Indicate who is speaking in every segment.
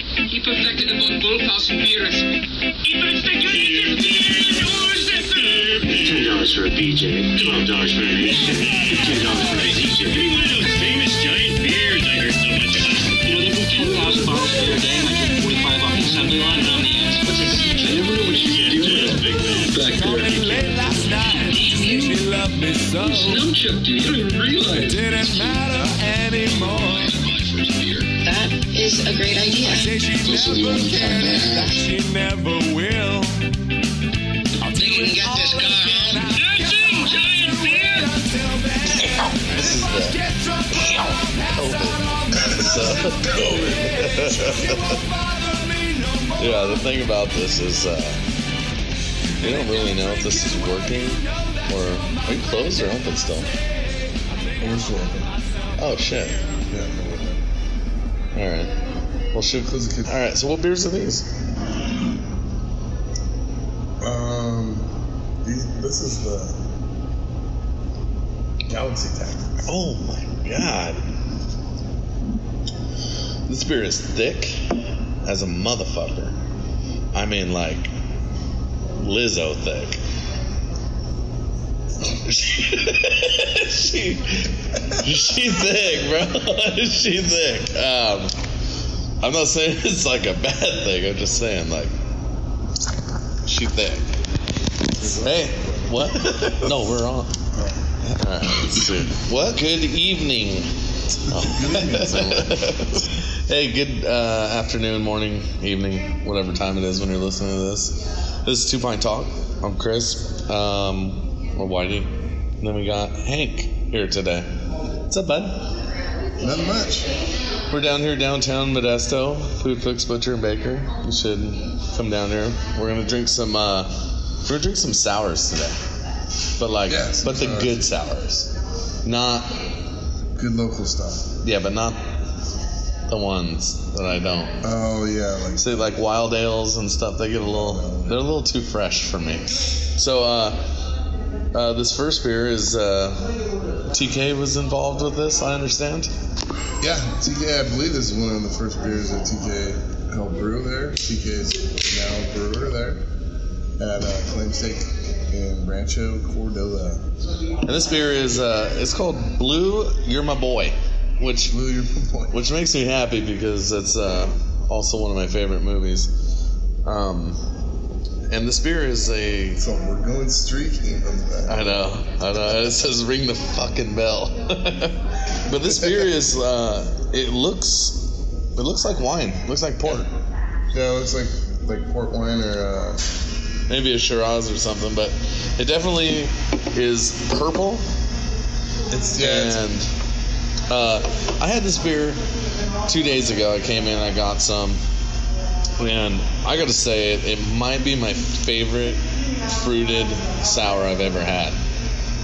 Speaker 1: perfected upon both our superiors.
Speaker 2: Ten dollars for a BJ, twelve dollars for an H, fifteen dollars for a DJ.
Speaker 3: one of those famous giant beers I heard so much about.
Speaker 4: You know, they brew 10,000 bottles beer a day, and I get 45 off the assembly line and on the ends. What's it?
Speaker 2: I never know what
Speaker 3: Yeah,
Speaker 2: you do
Speaker 3: just big man.
Speaker 2: back there.
Speaker 5: Late last night, she loved me so.
Speaker 1: Snow Chuck, dude, you don't even realize.
Speaker 5: Didn't matter anymore.
Speaker 6: That is a great idea.
Speaker 5: Say she
Speaker 2: This is the
Speaker 5: never
Speaker 2: only time
Speaker 5: can,
Speaker 2: I
Speaker 5: and
Speaker 2: have.
Speaker 5: she never will. I'll
Speaker 1: They can get this guy home.
Speaker 3: That's it, giant beer!
Speaker 7: This is the COVID episode. COVID. yeah, the thing about this is uh, we don't really know if this is working or are we closed or open still.
Speaker 8: We're still open.
Speaker 7: Oh shit!
Speaker 8: Yeah, we're open.
Speaker 7: All right. Well, shoot.
Speaker 8: Close the kids.
Speaker 7: All right. So what beers are these?
Speaker 8: Um, these, this is the Galaxy Tactics.
Speaker 7: Oh my god! This beer is thick as a motherfucker. I mean, like Lizzo thick. she, she thick, bro. she thick. Um, I'm not saying it's like a bad thing. I'm just saying like she thick. Hey, what? no, we're on. Alright, let's see. What? Uh, Oh. Good evening. hey, good uh, afternoon, morning, evening, whatever time it is when you're listening to this. This is Two Pine Talk. I'm Chris, um, or Whitey. And then we got Hank here today. What's up, bud?
Speaker 8: Not much.
Speaker 7: We're down here downtown Modesto, Food Fix Butcher and Baker. You should come down here. We're gonna drink some. Uh, we're gonna drink some sours today, but like,
Speaker 8: Yeah, some
Speaker 7: but the
Speaker 8: sours.
Speaker 7: good sours, not
Speaker 8: Good local stuff.
Speaker 7: Yeah, but not the ones that I don't.
Speaker 8: Oh yeah, like
Speaker 7: See, like wild ales and stuff, they get a little, they're a little too fresh for me. So, uh, uh, this first beer is uh, TK was involved with this, I understand.
Speaker 8: yeah. TK, I believe this is one of the first beers that TK helped brew there. TK is now a brewer there at uh, Claim Steak in Rancho Cordova.
Speaker 7: And this beer is, uh, it's called Blue You're My Boy, which
Speaker 8: Blue, your point.
Speaker 7: which makes me happy because it's uh, also one of my favorite movies. Um, and this beer is a
Speaker 8: So we're going streaking on the back.
Speaker 7: I know, I know. It says ring the fucking bell. but this beer is, uh, it looks, it looks like wine. It looks like port.
Speaker 8: Yeah, it looks like like port wine or uh,
Speaker 7: Maybe a Shiraz or something, but it definitely is purple.
Speaker 8: it's yeah, it's
Speaker 7: And uh, I had this beer two days ago. I came in, I got some, and I gotta say it, it might be my favorite fruited sour I've ever had.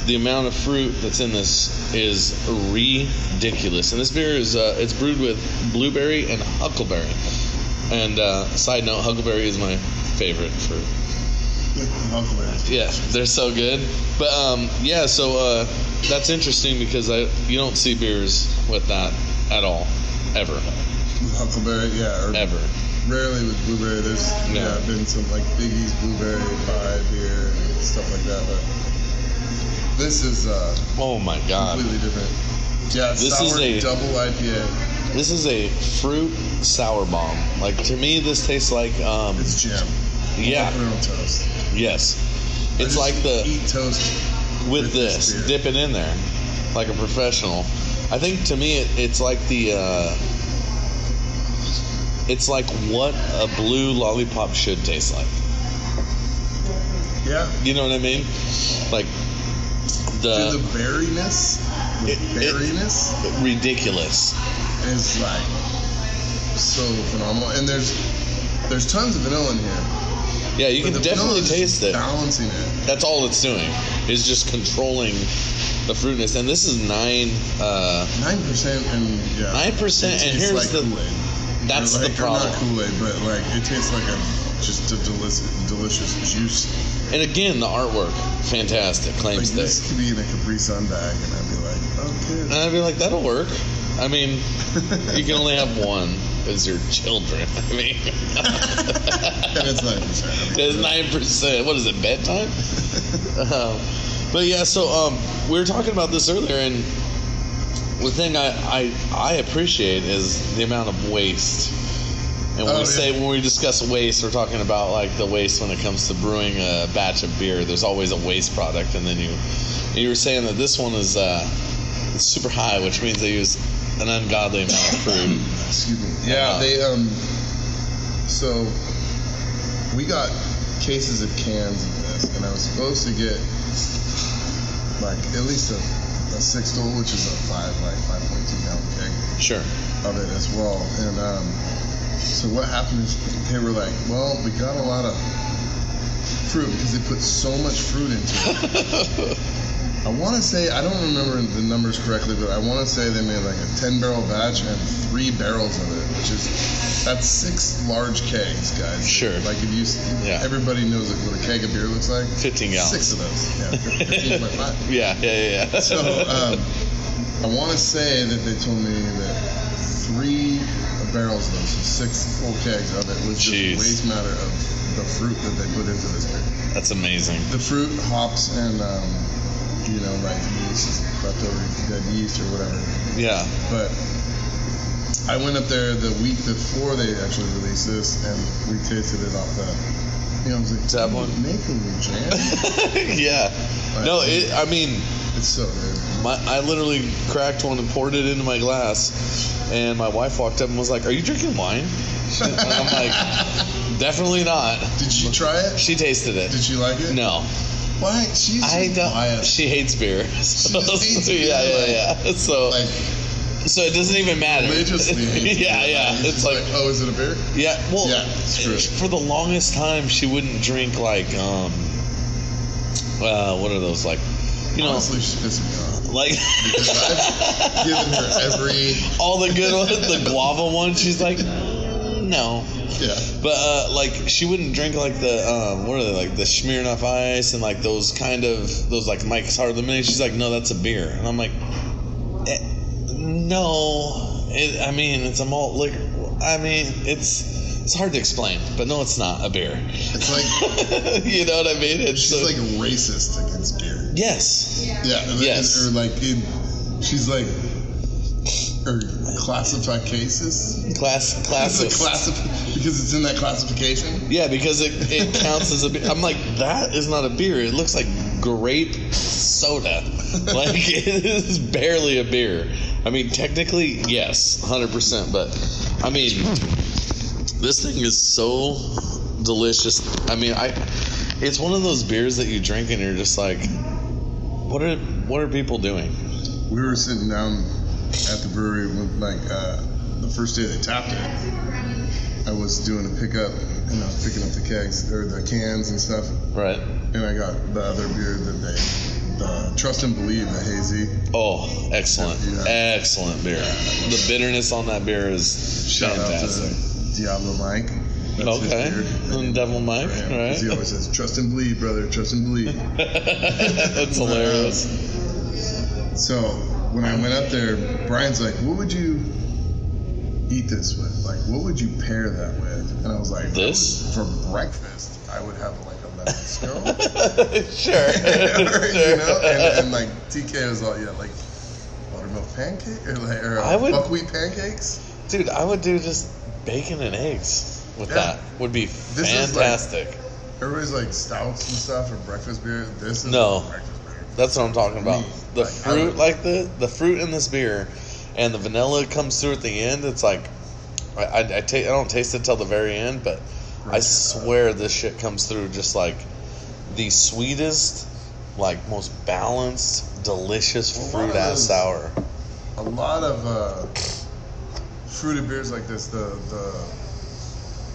Speaker 7: The amount of fruit that's in this is ridiculous, and this beer is uh, it's brewed with blueberry and huckleberry. And uh, side note, huckleberry is my favorite fruit.
Speaker 8: Huckleberry.
Speaker 7: Yeah, they're so good. But um, yeah, so uh, that's interesting because I you don't see beers with that at all, ever,
Speaker 8: With Huckleberry, yeah, or
Speaker 7: ever.
Speaker 8: rarely with blueberry. There's
Speaker 7: No.
Speaker 8: yeah, been some like Biggie's blueberry pie beer and stuff like that, but this is uh,
Speaker 7: Oh my god,
Speaker 8: completely different. Yeah,
Speaker 7: This
Speaker 8: sour
Speaker 7: is a-
Speaker 8: double IPA.
Speaker 7: this is a fruit sour bomb. Like to me, this tastes like um,
Speaker 8: It's jam.
Speaker 7: yeah,
Speaker 8: Put it on toast.
Speaker 7: yes,
Speaker 8: I
Speaker 7: it's
Speaker 8: just
Speaker 7: like the
Speaker 8: eat toast.
Speaker 7: with
Speaker 8: this
Speaker 7: this,
Speaker 8: beer.
Speaker 7: dip it in there, like a professional. I think to me, it, it's like the. Uh, it's like what a blue lollipop should taste like.
Speaker 8: Yeah,
Speaker 7: You know what I mean? Like
Speaker 8: Dude,
Speaker 7: the
Speaker 8: the berryness, the
Speaker 7: Uh, it- it-
Speaker 8: berryness.
Speaker 7: ridiculous.
Speaker 8: is like so phenomenal. And there's there's tons of vanilla in here.
Speaker 7: Yeah, you
Speaker 8: But
Speaker 7: can
Speaker 8: the vanilla
Speaker 7: definitely
Speaker 8: is
Speaker 7: taste it.
Speaker 8: Balancing it.
Speaker 7: That's all it's doing is just controlling the fruitiness. And this is nine. Uh,
Speaker 8: Nine percent and yeah.
Speaker 7: 9%
Speaker 8: it
Speaker 7: and
Speaker 8: tastes
Speaker 7: here's
Speaker 8: like
Speaker 7: the-
Speaker 8: Kool-Aid.
Speaker 7: that's
Speaker 8: Or, like,
Speaker 7: the
Speaker 8: or
Speaker 7: problem.
Speaker 8: Not Kool-Aid, but like it tastes like a just a delicious delicious juice.
Speaker 7: and again, the artwork, fantastic.
Speaker 8: Like
Speaker 7: Claims
Speaker 8: this
Speaker 7: that.
Speaker 8: could be in a Capri Sun bag, and I'd be like, okay.
Speaker 7: And I'd be like, that'll work. I mean, you can only have one. is your children. I mean,
Speaker 8: That's nine percent.
Speaker 7: it's nine percent. What is it? Bedtime. Um, but yeah, so um, we were talking about this earlier, and the thing I, I I appreciate is the amount of waste. And when
Speaker 8: Oh,
Speaker 7: we
Speaker 8: yeah.
Speaker 7: say when we discuss waste, we're talking about like the waste when it comes to brewing a batch of beer. There's always a waste product, and then you you were saying that this one is uh, it's super high, which means they use an ungodly amount of fruit.
Speaker 8: Excuse me. Yeah,
Speaker 7: Uh,
Speaker 8: they um. So we got cases of cans of this, and I was supposed to get like at least a, a six door, which is a five like five point two gallon keg
Speaker 7: Sure.
Speaker 8: of it as well. And um, so what happened is they were like, well, we got a lot of fruit because they put so much fruit into it. I want to say I don't remember the numbers correctly, but I want to say they made like a 10 barrel batch and three barrels of it, which is that's six large kegs, guys.
Speaker 7: Sure.
Speaker 8: Like if you, s-
Speaker 7: Yeah.
Speaker 8: everybody knows what a keg of beer looks like.
Speaker 7: 15 gallons.
Speaker 8: Six of those. Yeah, 15.5
Speaker 7: yeah, yeah, yeah. yeah.
Speaker 8: so um, I want to say that they told me that three barrels of those, so six full kegs of it, was
Speaker 7: Jeez.
Speaker 8: just waste matter of the fruit that they put into this beer.
Speaker 7: that's amazing.
Speaker 8: The fruit, hops, and um, you know, like yeast, leftover dead yeast or whatever.
Speaker 7: Yeah.
Speaker 8: But I went up there the week before they actually released this, and we tasted it off the. You know, I was like,
Speaker 7: That
Speaker 8: "Dude,
Speaker 7: one?
Speaker 8: make a new jam.
Speaker 7: yeah. No, it, I mean,
Speaker 8: it's so good.
Speaker 7: my, I literally cracked one and poured it into my glass, and my wife walked up and was like, "Are you drinking wine?" And I'm like, "Definitely not."
Speaker 8: Did she try it?
Speaker 7: She tasted it.
Speaker 8: Did she like it?
Speaker 7: No,
Speaker 8: Why? She's
Speaker 7: I don't.
Speaker 8: quiet.
Speaker 7: She hates beer. So,
Speaker 8: just hates beer,
Speaker 7: yeah, yeah, yeah. So,
Speaker 8: like
Speaker 7: so it doesn't even matter.
Speaker 8: religiously. hates
Speaker 7: yeah,
Speaker 8: beer.
Speaker 7: yeah.
Speaker 8: Like,
Speaker 7: It's
Speaker 8: she's
Speaker 7: like,
Speaker 8: oh, is it a beer?
Speaker 7: yeah. Well,
Speaker 8: Yeah, screw it.
Speaker 7: for the longest time, she wouldn't drink like, um, uh, what are those like? You know,
Speaker 8: Honestly, she's pissing me off.
Speaker 7: like.
Speaker 8: Because I've given her every
Speaker 7: all the good ones, the guava one. She's like, "Mm, no.
Speaker 8: yeah.
Speaker 7: But uh, like she wouldn't drink like the um, what are they like the Smirnoff Ice and like those kind of those like Mike's Hard Lemonade. She's like, no, that's a beer, and I'm like, eh, no. It, I mean, it's a malt liquor. I mean, it's it's hard to explain, but no, it's not a beer.
Speaker 8: It's like
Speaker 7: you know what I mean? It's
Speaker 8: she's
Speaker 7: so-
Speaker 8: like racist against beer.
Speaker 7: yes,
Speaker 8: Yeah. and-
Speaker 7: Yes.
Speaker 8: Or like in, she's like. Or classify cases.
Speaker 7: class
Speaker 8: It's a
Speaker 7: classic.
Speaker 8: classif- because it's in that classification.
Speaker 7: Yeah, because it, it counts as a beer. I'm like, that is not a beer. It looks like grape soda. Like, it is barely a beer. I mean, technically, yes, 100%. But, I mean, this thing is so delicious. I mean, I it's one of those beers that you drink and you're just like, what are what are people doing?
Speaker 8: We were sitting down at the brewery when, like, uh, the first day they tapped it. I was doing a pickup, and I was picking up the kegs or the cans and stuff,
Speaker 7: Right.
Speaker 8: and I got the other beer that they, the Trust and Believe, the hazy.
Speaker 7: Oh, excellent.
Speaker 8: Yeah.
Speaker 7: Excellent beer. The bitterness on that beer is
Speaker 8: Shout
Speaker 7: fantastic.
Speaker 8: out to Diablo Mike. That's his
Speaker 7: Okay.
Speaker 8: beer.
Speaker 7: And Devil Mike,
Speaker 8: For him, 'cause
Speaker 7: right?
Speaker 8: He always says, "Trust and believe, brother. Trust and believe."
Speaker 7: That's hilarious.
Speaker 8: So when I went up there, Brian's like, "What would you eat this with? Like, what would you pair that with?" And I was like,
Speaker 7: This?
Speaker 8: for breakfast, I would have like a lemon scone."
Speaker 7: sure.
Speaker 8: you know, and, and like TK was all, "Yeah, like buttermilk pancake or like or, uh,
Speaker 7: I would-
Speaker 8: buckwheat pancakes."
Speaker 7: Dude, I would do just bacon and eggs with
Speaker 8: Yeah.
Speaker 7: that. Would be
Speaker 8: is like-
Speaker 7: fantastic.
Speaker 8: Everybody's like stouts and stuff for breakfast beer. This is
Speaker 7: No.
Speaker 8: breakfast beer.
Speaker 7: That's what I'm talking about.
Speaker 8: Me,
Speaker 7: The
Speaker 8: Mm. like, I
Speaker 7: fruit,
Speaker 8: would-
Speaker 7: like the the fruit in this beer, and the vanilla comes through at the end. It's like, I I, I, ta- I don't taste it till the very end, but I
Speaker 8: Right.
Speaker 7: swear this shit comes through just like the sweetest, like most balanced, delicious
Speaker 8: Well, one
Speaker 7: fruit
Speaker 8: of
Speaker 7: ass
Speaker 8: those-
Speaker 7: sour.
Speaker 8: a lot of uh, fruited beers like this, the the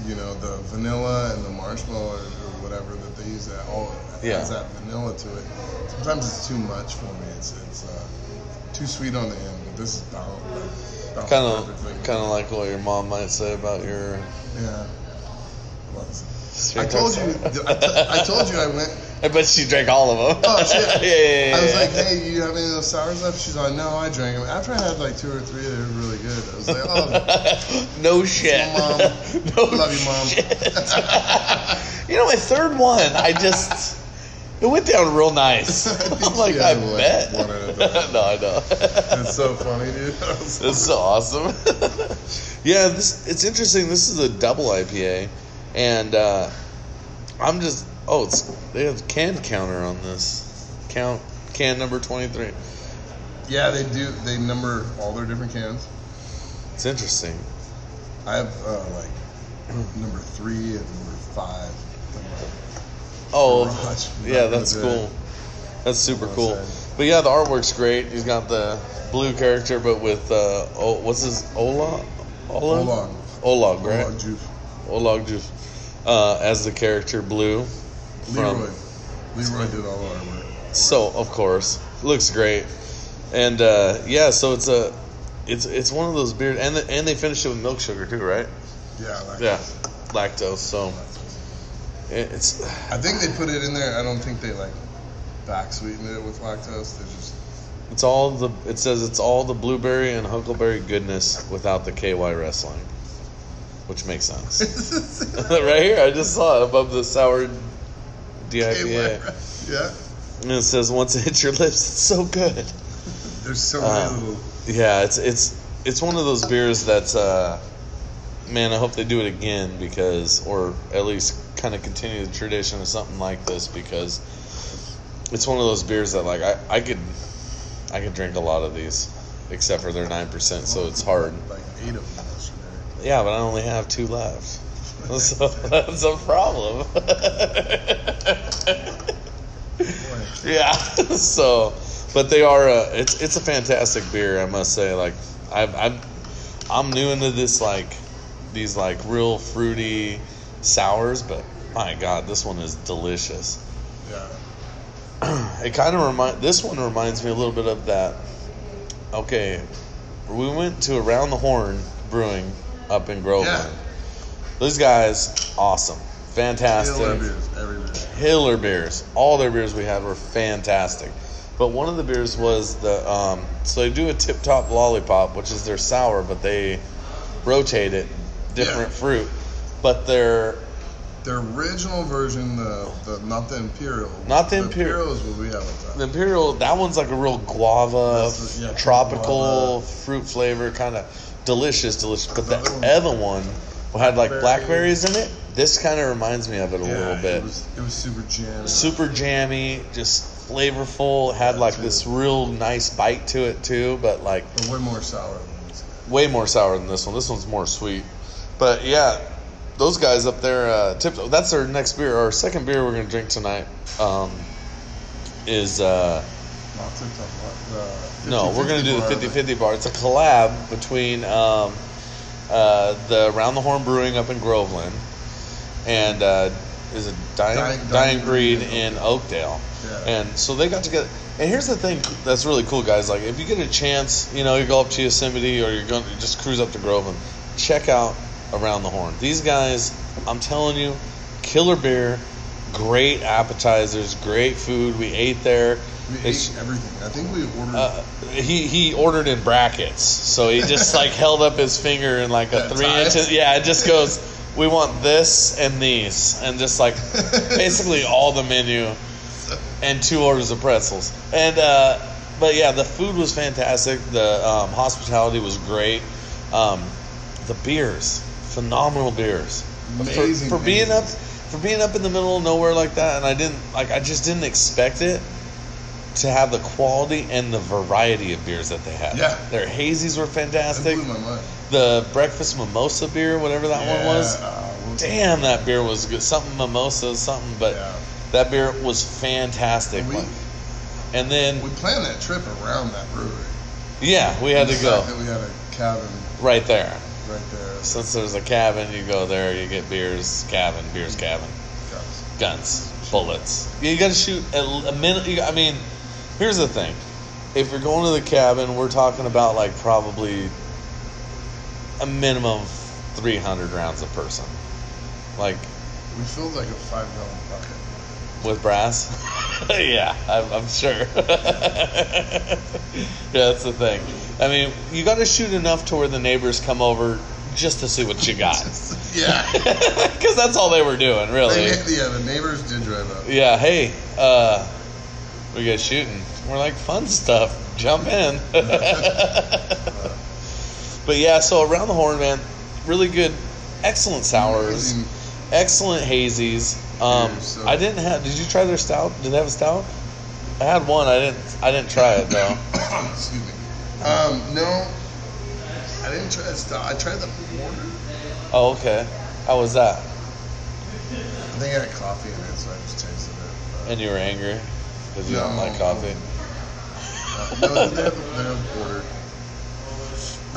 Speaker 8: you know the vanilla and the marshmallow or, or whatever that they use that all
Speaker 7: Yeah.
Speaker 8: has that vanilla to it. Sometimes it's too much for me. It's it's uh, too sweet on the end, but this is balanced. balanced
Speaker 7: Kind of,
Speaker 8: perfectly.
Speaker 7: kind of like what your mom might say about your
Speaker 8: Yeah. Lots. I told you. I, t- I told you I went.
Speaker 7: I bet she drank all of them.
Speaker 8: Oh shit!
Speaker 7: yeah, yeah, yeah,
Speaker 8: I was
Speaker 7: yeah.
Speaker 8: like, "Hey, you have any of those sours left?" She's like, "No, I drank them." After I had like two or three, they were really good. I was like, "Oh,
Speaker 7: no shit.
Speaker 8: Mom.
Speaker 7: no
Speaker 8: Love you, Mom.
Speaker 7: Shit. you know, my third one, I just it went down real nice.
Speaker 8: I think
Speaker 7: I'm like,
Speaker 8: she
Speaker 7: I
Speaker 8: had, like,
Speaker 7: bet.
Speaker 8: one at a time.
Speaker 7: no, I know.
Speaker 8: that's so funny, dude." I was like,
Speaker 7: That's so awesome. yeah, this it's interesting. This is a double IPA, and uh, I'm just oh, it's they have can counter on this count can number twenty three.
Speaker 8: yeah, they do. They number all their different cans.
Speaker 7: It's interesting.
Speaker 8: I have uh, like number three and number five.
Speaker 7: Oh,
Speaker 8: Garage.
Speaker 7: yeah, that's
Speaker 8: Yeah.
Speaker 7: cool. That's super
Speaker 8: Well
Speaker 7: cool.
Speaker 8: said.
Speaker 7: But yeah, the artwork's great. He's got the blue character, but with uh, oh, what's his Ola, Ola,
Speaker 8: Oolong.
Speaker 7: Ola, right?
Speaker 8: Oolong juice.
Speaker 7: Olog just uh, as the character Blue. From-
Speaker 8: Leroy. Leroy did all our work.
Speaker 7: So of course, looks great, and uh, yeah, so it's a, it's it's one of those beers, and the, and they finish it with milk sugar too, right?
Speaker 8: Yeah, like
Speaker 7: Yeah, lactose. So it, it's
Speaker 8: I think they put it in there. I don't think they like back sweetened it with lactose. They just
Speaker 7: it's all the it says it's all the blueberry and huckleberry goodness without the KY wrestling, which makes sense. right here, I just saw it above the sour
Speaker 8: yeah.
Speaker 7: DIPA,
Speaker 8: yeah.
Speaker 7: and it says once it hits your lips, it's so good.
Speaker 8: There's so
Speaker 7: Uh,
Speaker 8: many little.
Speaker 7: Yeah, it's it's it's one of those beers that's uh man, I hope they do it again because or at least kind of continue the tradition of something like this because it's one of those beers that like I, I could I could drink a lot of these except for their 9%, so it's hard.
Speaker 8: Like eight of them yesterday.
Speaker 7: Yeah, but I only have two left. So that's a problem. yeah. So, but they are. Uh, it's it's a fantastic beer, I must say. Like I've, I've I'm new into this like these like real fruity sours, but my god, this one is delicious.
Speaker 8: Yeah.
Speaker 7: It kind of remind this one reminds me a little bit of that. Okay, we went to Around the Horn Brewing up in Groveland. Those guys, awesome, fantastic.
Speaker 8: Killer beers everywhere.
Speaker 7: Hiller beers. All their beers we had were fantastic. But one of the beers was the um, so they do a tip top lollipop, which is their sour, but they rotate it different
Speaker 8: Yeah.
Speaker 7: fruit. But they're
Speaker 8: The original version, the, the not the imperial.
Speaker 7: Not the Imperial.
Speaker 8: imperial is what we have at
Speaker 7: the
Speaker 8: that.
Speaker 7: imperial. That one's like a real guava,
Speaker 8: That's the- yeah,
Speaker 7: tropical
Speaker 8: guava.
Speaker 7: fruit flavor, kind of delicious, delicious. But the
Speaker 8: Another one.
Speaker 7: other one had like
Speaker 8: Blackberry.
Speaker 7: blackberries in it. This kind of reminds me of it a
Speaker 8: yeah,
Speaker 7: little bit.
Speaker 8: It was, it was super jam.
Speaker 7: super jammy, just flavorful. Had like this real nice bite to it too, but like
Speaker 8: But way more sour than this.
Speaker 7: way more sour than this one. This one's more sweet. But yeah, those guys up there, uh, tip. That's our next beer. Our second beer we're gonna drink tonight um, is uh,
Speaker 8: Not to talk about the
Speaker 7: no, we're gonna
Speaker 8: 50-50
Speaker 7: do the
Speaker 8: bar.
Speaker 7: 50-50 bar. It's a collab between um, uh, the Round the Horn Brewing up in Groveland and uh, is it Dying,
Speaker 8: Dying-
Speaker 7: Dying,
Speaker 8: Dying
Speaker 7: Breed
Speaker 8: Breed
Speaker 7: in Oakdale.
Speaker 8: Yeah.
Speaker 7: And so they got together. And here's the thing that's really cool, guys. Like, if you get a chance, you know, you go up to Yosemite or you're going to just cruise up to Groveland, check out Around the Horn. These guys, I'm telling you, killer beer, great appetizers, great food. We ate there.
Speaker 8: We
Speaker 7: It's-
Speaker 8: ate everything. I think we ordered.
Speaker 7: uh, he he ordered in brackets, so he just like held up his finger in like a
Speaker 8: That
Speaker 7: three
Speaker 8: tie?
Speaker 7: inches. Yeah, it just goes. We want this and these, and just like basically all the menu, and two orders of pretzels. And uh, but yeah, the food was fantastic. The um, hospitality was great. Um, the beers, phenomenal beers. For-
Speaker 8: Amazing
Speaker 7: for, being up
Speaker 8: beers.
Speaker 7: for being up in the middle of nowhere like that, and I didn't like I just didn't expect it to have the quality and the variety of beers that they had.
Speaker 8: Yeah.
Speaker 7: Their hazies were
Speaker 8: that
Speaker 7: fantastic.
Speaker 8: blew my mind.
Speaker 7: The breakfast mimosa beer, whatever that one was.
Speaker 8: uh, what was it?
Speaker 7: Damn, that beer was good. Something mimosa, something, but
Speaker 8: Yeah.
Speaker 7: that beer was fantastic.
Speaker 8: And we-
Speaker 7: Like, and then,
Speaker 8: We planned that trip around that brewery.
Speaker 7: yeah, we had
Speaker 8: The
Speaker 7: to
Speaker 8: fact
Speaker 7: go
Speaker 8: That we had a cabin
Speaker 7: right there.
Speaker 8: right there. So,
Speaker 7: Since there's a cabin, you go there, you get beers, cabin, beers, cabin. guns, bullets. You gotta shoot at l- a minute. You, I mean, here's the thing: if you're going to the cabin, we're talking about like probably a minimum of 300 rounds a person. Like,
Speaker 8: We filled like a five gallon bucket.
Speaker 7: with brass. yeah, I'm, I'm sure. yeah, that's the thing. I mean, you got to shoot enough to where the neighbors come over just to see what you got,
Speaker 8: Yeah.
Speaker 7: because that's all they were doing, really.
Speaker 8: They, yeah, uh, the neighbors did drive up.
Speaker 7: Yeah, hey, uh, we got shooting. We're like, fun stuff. Jump in. but yeah, so around the horn, man, really good, excellent sours,
Speaker 8: Amazing.
Speaker 7: excellent hazies. Um,
Speaker 8: Beer, Mm. so-
Speaker 7: I didn't have. Did you try their stout? Did they have a stout? I had one. I didn't. I didn't try it though.
Speaker 8: Excuse me. Um, no, I didn't try the stout. I tried the porter.
Speaker 7: Oh, okay. How was that?
Speaker 8: I think I had coffee in it, so I just tasted it.
Speaker 7: And you were angry because you don't
Speaker 8: No.
Speaker 7: like coffee.
Speaker 8: But, uh, no, they had the, they had the porter.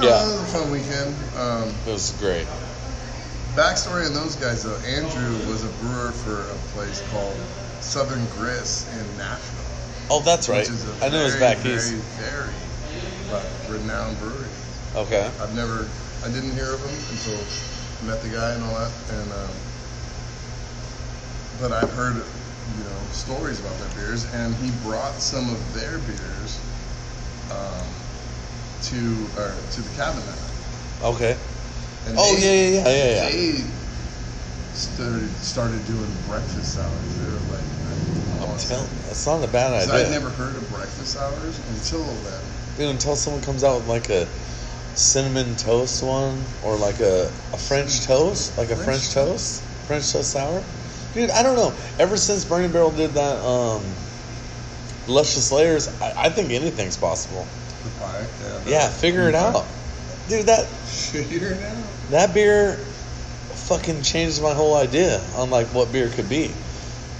Speaker 7: Yeah.
Speaker 8: Uh, it was a fun weekend. Um,
Speaker 7: It was great.
Speaker 8: backstory on those guys though. Andrew was a brewer for a place called Southern Grist in Nashville.
Speaker 7: Oh, that's right.
Speaker 8: Which is a
Speaker 7: I knew it was
Speaker 8: very,
Speaker 7: back
Speaker 8: very,
Speaker 7: east.
Speaker 8: Very, like, renowned brewery.
Speaker 7: Okay.
Speaker 8: I've never, I didn't hear of him until I met the guy and all that, and um, but I've heard, you know, stories about their beers, and he brought some of their beers um, to or to the cabin that night.
Speaker 7: Okay.
Speaker 8: And
Speaker 7: Oh, yeah, yeah, yeah. Yeah, yeah,
Speaker 8: They
Speaker 7: yeah.
Speaker 8: started started doing breakfast hours. They were like,
Speaker 7: I'm telling. That's not Oh, a bad idea.
Speaker 8: I'd never heard of breakfast hours until then.
Speaker 7: Dude, until someone comes out with like a cinnamon toast one or like a, a French toast, like a French,
Speaker 8: French
Speaker 7: toast, French toast sour. Dude, I don't know. Ever since Burning Barrel did that, um, Luscious Layers, I, I think anything's possible.
Speaker 8: The pie, uh, yeah. that-
Speaker 7: Yeah, figure it
Speaker 8: Mm-hmm.
Speaker 7: out. Dude, that
Speaker 8: Figure it out.
Speaker 7: that beer fucking changed my whole idea on like what beer could be.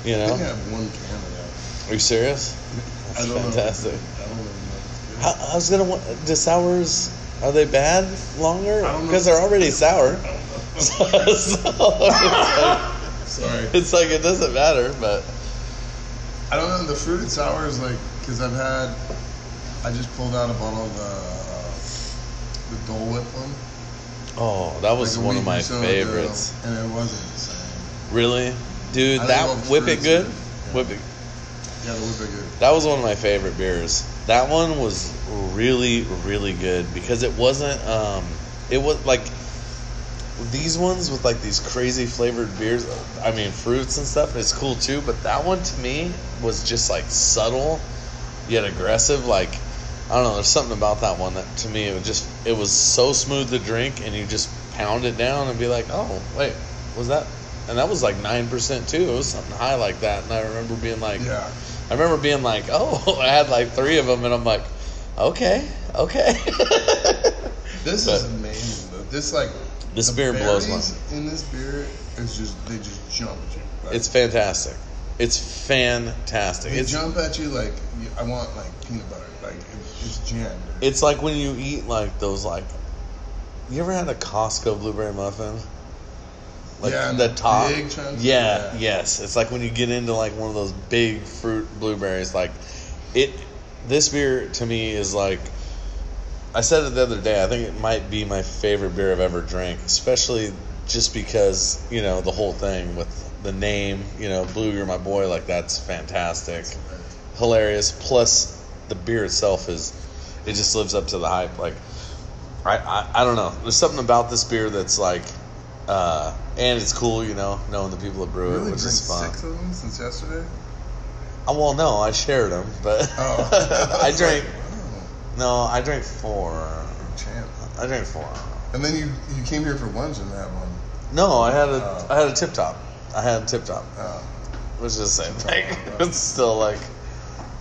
Speaker 7: You
Speaker 8: I
Speaker 7: know?
Speaker 8: think I have one can of that.
Speaker 7: Are you serious?
Speaker 8: I
Speaker 7: That's
Speaker 8: don't know.
Speaker 7: fantastic.
Speaker 8: I don't even know. if it's good.
Speaker 7: How, I was gonna want the sours. Are they bad longer?
Speaker 8: I don't know.
Speaker 7: Because they're already sour. so, so it's,
Speaker 8: Sorry.
Speaker 7: like, it's like it doesn't matter. But
Speaker 8: I don't know. The fruited sour is like because I've had. I just pulled out a bottle of the uh, the Dole Whip one.
Speaker 7: oh, that was
Speaker 8: like a
Speaker 7: one
Speaker 8: week
Speaker 7: of
Speaker 8: or
Speaker 7: my
Speaker 8: so ago,
Speaker 7: favorites.
Speaker 8: and it wasn't the same.
Speaker 7: Really, dude,
Speaker 8: I
Speaker 7: that
Speaker 8: love
Speaker 7: whip it
Speaker 8: fruits.
Speaker 7: good.
Speaker 8: Yeah.
Speaker 7: Whip it.
Speaker 8: Yeah, the Whip it good.
Speaker 7: That was one of my favorite beers. That one was really, really good because it wasn't. Um, it was like these ones with like these crazy flavored beers. I mean, fruits and stuff. It's cool too, but that one to me was just like subtle yet aggressive. Like I don't know. There's something about that one that to me it was just it was so smooth to drink, and you just pound it down and be like, oh wait, was that? And that was like nine percent too. It was something high like that, and I remember being like.
Speaker 8: Yeah.
Speaker 7: I remember being like, oh, I had like three of them, and I'm like, okay, okay.
Speaker 8: This
Speaker 7: But
Speaker 8: is amazing. Though. This like
Speaker 7: This
Speaker 8: the
Speaker 7: beer blows my-
Speaker 8: berries In this beer, it's just they just jump at you. Like,
Speaker 7: It's fantastic. It's fantastic.
Speaker 8: they
Speaker 7: It's
Speaker 8: jump at you like you- I want like peanut butter. Like it's just jammed.
Speaker 7: it's like when you eat like those like. You ever had a Costco blueberry muffin? Like
Speaker 8: Yeah, and
Speaker 7: the
Speaker 8: the
Speaker 7: top.
Speaker 8: big chunks?
Speaker 7: yeah,
Speaker 8: Yeah.
Speaker 7: yes. It's like when you get into like one of those big fruit blueberries. Like it. This beer to me is like. I said it the other day. I think it might be my favorite beer I've ever drank, especially just because you know the whole thing with the name. You know, Blue, you're my boy. Like that's fantastic hilarious. Plus, the beer itself is, it just lives up to the hype. Like, I, I, I don't know. There's something about this beer that's like, uh, and it's cool, you know, knowing the people that brew
Speaker 8: really
Speaker 7: it, which
Speaker 8: drink
Speaker 7: is fun.
Speaker 8: six of them since yesterday.
Speaker 7: Uh, well, no, I shared them, but
Speaker 8: Oh,
Speaker 7: I drank.
Speaker 8: Wow,
Speaker 7: No, I drank four.
Speaker 8: oh, champ.
Speaker 7: I drank four.
Speaker 8: And then you you came here for lunch and had one.
Speaker 7: No, I had a
Speaker 8: Oh.
Speaker 7: I had a tip top. I had a tip top,
Speaker 8: Oh,
Speaker 7: which is the same thing. it's still like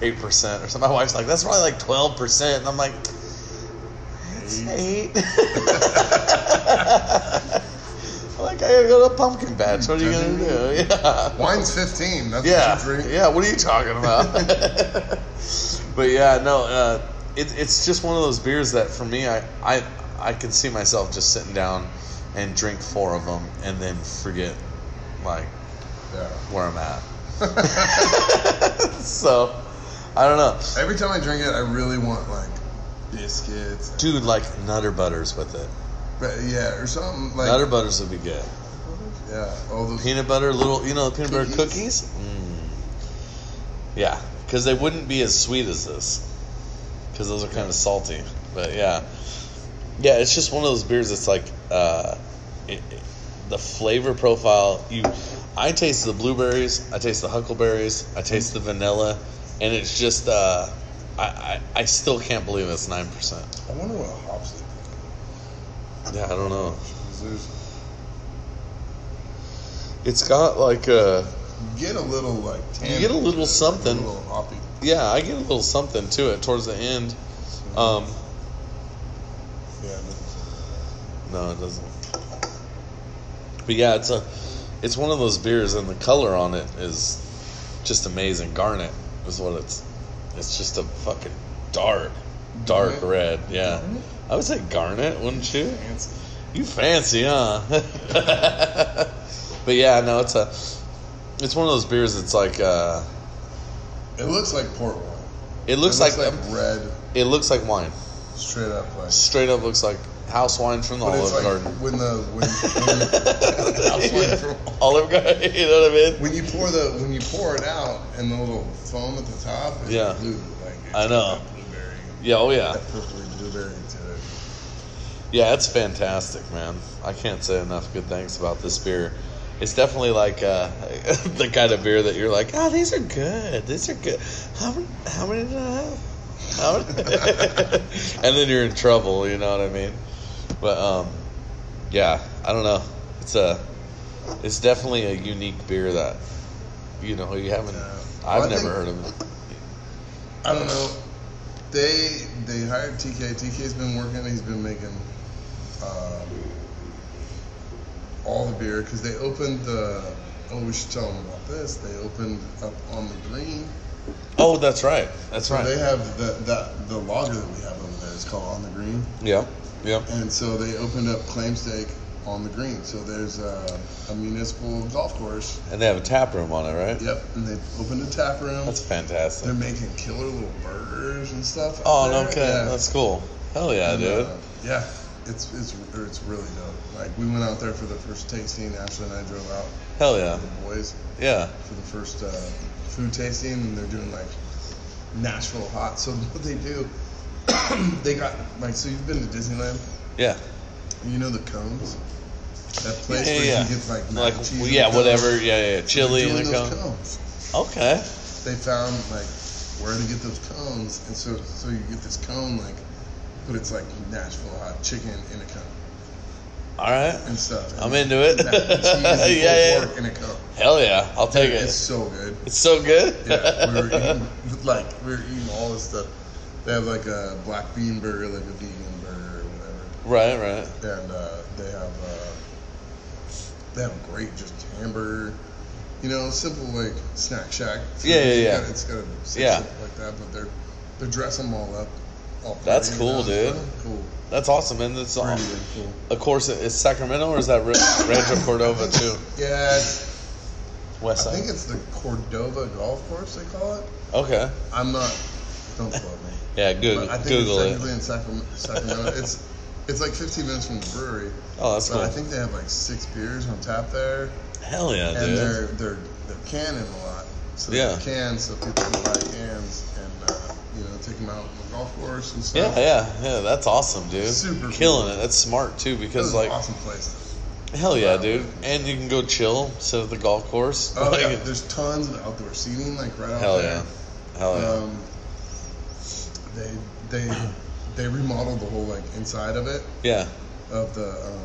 Speaker 7: eight percent or something. My wife's like, that's probably like twelve percent, and I'm like, eight. like I gotta go to a pumpkin patch. What are you gonna do? Yeah.
Speaker 8: wine's fifteen. That's
Speaker 7: Yeah.
Speaker 8: what you drink.
Speaker 7: Yeah. What are you talking about? but yeah, no. Uh, it, it's just one of those beers that for me, I, I I can see myself just sitting down and drink four of them and then forget like
Speaker 8: Yeah.
Speaker 7: where I'm at. so I don't know,
Speaker 8: Every time I drink it, I really want like biscuits,
Speaker 7: dude. Like Nutter Butters with it.
Speaker 8: but yeah, or something like.
Speaker 7: Nutter Butters would be good.
Speaker 8: yeah, Yeah. All those.
Speaker 7: Peanut butter, little, you know, peanut butter
Speaker 8: Cookies?
Speaker 7: cookies. Mm. Yeah, because they wouldn't be as sweet as this, because those are kind of salty. But yeah, yeah, it's just one of those beers that's like, uh, it, it- the flavor profile. You, I taste the blueberries, I taste the huckleberries, I taste the vanilla, and it's just, uh, I, I, I still can't believe it's nine percent.
Speaker 8: I wonder what hops they put.
Speaker 7: Yeah, I don't know.
Speaker 8: 'cause There's,
Speaker 7: It's got like a.
Speaker 8: you get a little like.
Speaker 7: You get a little
Speaker 8: tannin,
Speaker 7: something.
Speaker 8: A little hoppy.
Speaker 7: Yeah, I get a little something to it towards the end. Um,
Speaker 8: Yeah.
Speaker 7: no, it doesn't. But yeah, it's a, it's one of those beers, and the color on it is just amazing. Garnet is what it's. It's just a fucking dark, dark
Speaker 8: Garnet?
Speaker 7: red. Yeah,
Speaker 8: Garnet?
Speaker 7: I would say garnet, wouldn't you?
Speaker 8: Fancy.
Speaker 7: You fancy, huh? but yeah, no, it's a. It's one of those beers. It's like uh,
Speaker 8: It looks like port wine.
Speaker 7: it looks
Speaker 8: it looks
Speaker 7: like,
Speaker 8: like, red,
Speaker 7: it looks like wine.
Speaker 8: straight up like.
Speaker 7: Straight up looks like house wine from the
Speaker 8: But
Speaker 7: Olive
Speaker 8: it's like
Speaker 7: Garden.
Speaker 8: when the when, when,
Speaker 7: Yeah. Olive Garden, you know what I mean?
Speaker 8: when you pour the when you pour it out and the little foam at the top is
Speaker 7: Yeah.
Speaker 8: blue like it's
Speaker 7: I know.
Speaker 8: got blueberry
Speaker 7: Yeah, oh yeah.
Speaker 8: that purpley blueberry to it.
Speaker 7: Yeah, it's fantastic, man. I can't say enough good things about this beer. It's definitely like uh, the kind of beer that you're like, oh, these are good. These are good. How many, how many did I have? How many? and then you're in trouble, you know what I mean? But um, yeah, I don't know. It's a, it's definitely a unique beer that, you know, you haven't.
Speaker 8: Yeah.
Speaker 7: I've
Speaker 8: Well, I
Speaker 7: never
Speaker 8: think-
Speaker 7: heard of it.
Speaker 8: I don't know. They they hired TK. TK's been working. He's been making um, all the beer because they opened the. Oh, we should tell them about this. They opened up on the green.
Speaker 7: Oh, that's right. That's
Speaker 8: So They
Speaker 7: right.
Speaker 8: have the that the lager that we have over there is called on the green,
Speaker 7: Yeah. Yeah.
Speaker 8: and so they opened up claim stake on the green. So there's a, a municipal golf course.
Speaker 7: And they have a tap room on it, right?
Speaker 8: Yep, and they opened a tap room.
Speaker 7: That's
Speaker 8: They're
Speaker 7: fantastic.
Speaker 8: making killer little burgers and stuff. out
Speaker 7: Oh, no
Speaker 8: there.
Speaker 7: kidding.
Speaker 8: Yeah.
Speaker 7: That's cool. Hell yeah,
Speaker 8: And,
Speaker 7: dude.
Speaker 8: uh, yeah, it's it's it's really dope. Like we went out there for the first tasting. Ashley and I drove out
Speaker 7: Hell yeah.
Speaker 8: with the boys
Speaker 7: Yeah.
Speaker 8: for the first uh, food tasting, and they're doing like Nashville hot. So what they do, they got like so you've been to Disneyland,
Speaker 7: Yeah.
Speaker 8: you know the cones. That place
Speaker 7: Yeah,
Speaker 8: where
Speaker 7: yeah.
Speaker 8: you get like mac
Speaker 7: Like,
Speaker 8: and cheese
Speaker 7: well,
Speaker 8: on
Speaker 7: yeah,
Speaker 8: cones.
Speaker 7: whatever. Yeah, yeah, yeah.
Speaker 8: They're
Speaker 7: Chili
Speaker 8: doing
Speaker 7: and a
Speaker 8: those
Speaker 7: cone.
Speaker 8: cones.
Speaker 7: Okay.
Speaker 8: They found like where to get those cones, and so so you get this cone like, but it's like Nashville hot chicken in a cone.
Speaker 7: All right.
Speaker 8: and stuff. And
Speaker 7: I'm into it.
Speaker 8: mac and cheese and pulled
Speaker 7: Yeah, yeah.
Speaker 8: pork in a cup.
Speaker 7: Hell yeah. I'll take
Speaker 8: It's
Speaker 7: it.
Speaker 8: so good.
Speaker 7: It's so good.
Speaker 8: Yeah, we were eating like we were eating all this stuff. They have like a black bean burger, like a vegan burger or whatever,
Speaker 7: Right, right.
Speaker 8: and uh, they have uh, they have a great just hamburger. You know, simple like snack shack. food.
Speaker 7: Yeah, yeah,
Speaker 8: It's
Speaker 7: yeah.
Speaker 8: got- It's got a section
Speaker 7: Yeah.
Speaker 8: like that, but they're they're dressing them all up. All
Speaker 7: That's
Speaker 8: pretty,
Speaker 7: cool,
Speaker 8: you know,
Speaker 7: dude.
Speaker 8: Cool,
Speaker 7: That's awesome. And it's all,
Speaker 8: pretty really cool.
Speaker 7: of course, it- it's Sacramento or is that Ra- Rancho Cordova too?
Speaker 8: Yeah, it's,
Speaker 7: West
Speaker 8: I think
Speaker 7: side.
Speaker 8: it's the Cordova Golf Course they call it.
Speaker 7: Okay.
Speaker 8: I'm not. Don't quote me.
Speaker 7: Yeah, Google,
Speaker 8: But I think
Speaker 7: Google
Speaker 8: it's technically
Speaker 7: it.
Speaker 8: in Sacramento. Sacramento. it's it's like 15 minutes from the brewery,
Speaker 7: Oh, that's
Speaker 8: but I
Speaker 7: cool.
Speaker 8: think they have like six beers on tap there,
Speaker 7: Hell yeah,
Speaker 8: and
Speaker 7: dude.
Speaker 8: they're they're they're canning a lot. So they
Speaker 7: Yeah.
Speaker 8: have cans, so people can buy cans and uh, you know take them out on the golf course and
Speaker 7: Yeah,
Speaker 8: stuff.
Speaker 7: yeah, yeah. That's awesome, dude.
Speaker 8: Super
Speaker 7: Killing
Speaker 8: cool.
Speaker 7: it. That's smart too,
Speaker 8: It was
Speaker 7: because
Speaker 8: like
Speaker 7: like,
Speaker 8: an awesome place.
Speaker 7: hell yeah, dude. And you can go chill, sit at the golf course.
Speaker 8: Oh
Speaker 7: Like,
Speaker 8: yeah, there's tons of outdoor seating like right out
Speaker 7: hell
Speaker 8: there.
Speaker 7: yeah, hell yeah.
Speaker 8: Um, they they they remodeled the whole like inside of it.
Speaker 7: yeah,
Speaker 8: of the um,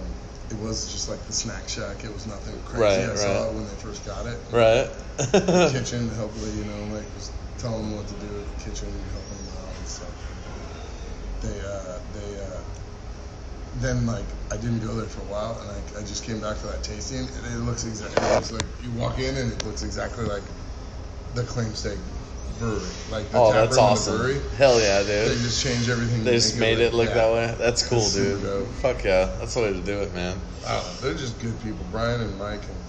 Speaker 8: it was just like the snack shack. It was nothing crazy.
Speaker 7: Right,
Speaker 8: I saw
Speaker 7: right.
Speaker 8: it when they first got it. The
Speaker 7: right.
Speaker 8: kitchen, hopefully, you know, like just tell them what to do at the kitchen, help them out and stuff. They uh, they uh, then like I didn't go there for a while, and I, I just came back for that tasting, and it looks exactly it looks like you walk in and it looks exactly like the claim steak brewery, like the
Speaker 7: oh,
Speaker 8: tap
Speaker 7: that's
Speaker 8: room and
Speaker 7: awesome.
Speaker 8: The brewery.
Speaker 7: Hell yeah,
Speaker 8: They
Speaker 7: dude.
Speaker 8: just changed everything.
Speaker 7: They
Speaker 8: to
Speaker 7: just
Speaker 8: make
Speaker 7: made it look
Speaker 8: yeah.
Speaker 7: that way. That's cool,
Speaker 8: It's super
Speaker 7: dude.
Speaker 8: dope.
Speaker 7: Fuck yeah, that's the way to do it, man.
Speaker 8: I don't know, Oh, they're just good people. Brian and Mike and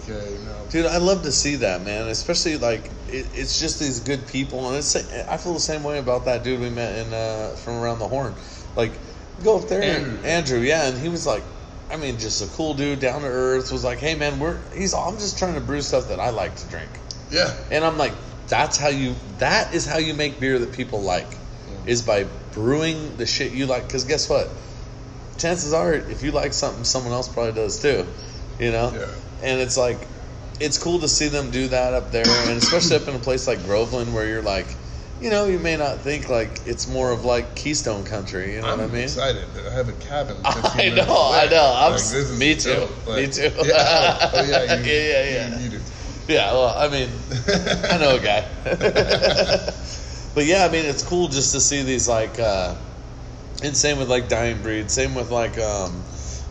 Speaker 8: TK. You know,
Speaker 7: Dude, I love to see that, man. Especially like it, it's just these good people, and it's I feel the same way about that dude we met in uh, from around the horn. Like, go up there, and-
Speaker 8: Andrew.
Speaker 7: Andrew. Yeah, and he was like, I mean, just a cool dude, down to earth. Was like, hey man, we're he's. I'm just trying to brew stuff that I like to drink.
Speaker 8: Yeah.
Speaker 7: And I'm like, that's how you. That is how you make beer that people like, is by brewing the shit you like. Because guess what? Chances are, if you like something, someone else probably does too. You know.
Speaker 8: Yeah.
Speaker 7: And it's like, it's cool to see them do that up there, and especially up in a place like Groveland, where you're like, you know, you may not think like it's more of like Keystone country. You know
Speaker 8: I'm
Speaker 7: what I mean?
Speaker 8: excited. that I have a cabin. 15
Speaker 7: I
Speaker 8: minutes
Speaker 7: know, I
Speaker 8: away.
Speaker 7: know. I'm
Speaker 8: Like,
Speaker 7: s-
Speaker 8: this is
Speaker 7: me too.
Speaker 8: dope.
Speaker 7: Me too.
Speaker 8: Yeah. Oh, yeah, you,
Speaker 7: Yeah, yeah, yeah.
Speaker 8: You, you did.
Speaker 7: Yeah. Well, I mean, I know a guy. but yeah, I mean, it's cool just to see these like, uh, and same with like Dying Breed, same with like um,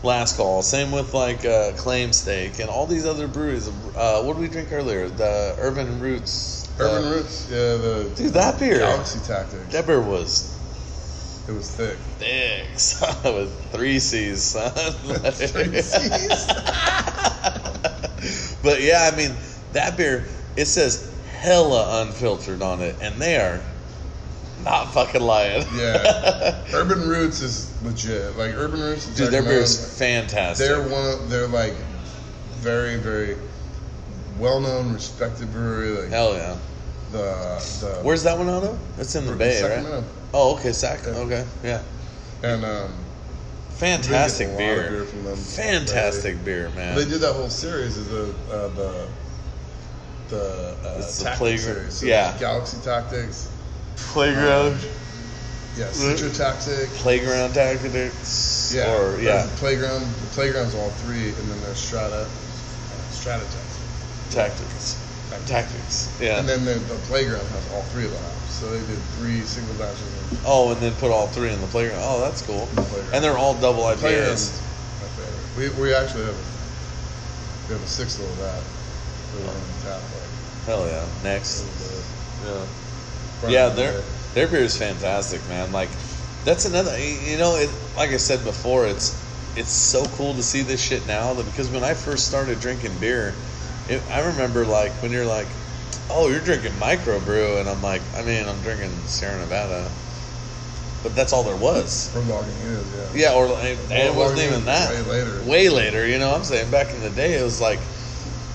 Speaker 7: Last Call, same with like uh, Claim Steak, and all these other breweries. Uh, what did we drink earlier? The Urban Roots.
Speaker 8: Urban
Speaker 7: uh,
Speaker 8: Roots. Yeah, the
Speaker 7: Dude, that beer.
Speaker 8: Galaxy Tactics.
Speaker 7: That beer was
Speaker 8: It was thick.
Speaker 7: thick, son, with three C's, son.
Speaker 8: Three Cs.
Speaker 7: but yeah, I mean that beer. It says hella unfiltered on it, and they are not fucking lying.
Speaker 8: Yeah. Urban Roots is legit. Like Urban Roots. is
Speaker 7: dude, their
Speaker 8: like
Speaker 7: beer
Speaker 8: known-
Speaker 7: is fantastic.
Speaker 8: They're one. Of, they're like very, very well-known, respected brewery. Like
Speaker 7: Hell yeah.
Speaker 8: the the
Speaker 7: Where's that one out of? It's in the
Speaker 8: Urban
Speaker 7: Bay, right?
Speaker 8: Sacramento.
Speaker 7: Oh, okay, Sac.
Speaker 8: Yeah.
Speaker 7: Okay, yeah.
Speaker 8: and um, we've been getting a
Speaker 7: Fantastic
Speaker 8: lot
Speaker 7: beer.
Speaker 8: of beer from them.
Speaker 7: Fantastic beer, man.
Speaker 8: They did that whole series of the uh, the the, uh,
Speaker 7: It's the
Speaker 8: tactic
Speaker 7: playground-
Speaker 8: series. So
Speaker 7: yeah.
Speaker 8: there's Galaxy Tactics.
Speaker 7: Playground,
Speaker 8: Yeah,
Speaker 7: Mm-hmm.
Speaker 8: Citro Tactic.
Speaker 7: playground tactics.
Speaker 8: Yeah,
Speaker 7: or,
Speaker 8: there's
Speaker 7: yeah,
Speaker 8: the playground. The playground's all three, and then there's Strata, Strata Tactics.
Speaker 7: tactics, tactics. Yeah.
Speaker 8: And then the, the playground has all three of the hops. So they did three single batches. Of
Speaker 7: Oh, and then put all three in the playground. Oh, that's cool.
Speaker 8: Playground.
Speaker 7: And they're all double
Speaker 8: Playground's
Speaker 7: IPAs.
Speaker 8: my favorite. We, we actually have a, we have a sixth of that. We were on tap like
Speaker 7: Hell yeah. Next.
Speaker 8: a
Speaker 7: Yeah.
Speaker 8: little bit.
Speaker 7: Yeah, their their beer is fantastic, man. Like that's another. y- You know, it, like I said before, it's it's so cool to see this shit now. That because when I first started drinking beer, it, I remember like when you're like, oh, you're drinking microbrew, and I'm like, I mean, I'm drinking Sierra Nevada, but that's all there was.
Speaker 8: We're logging in, yeah.
Speaker 7: Yeah, or and it
Speaker 8: Or
Speaker 7: wasn't
Speaker 8: logging
Speaker 7: even
Speaker 8: in
Speaker 7: that.
Speaker 8: Way later.
Speaker 7: way later. You know what I'm saying? Back in the day, it was like,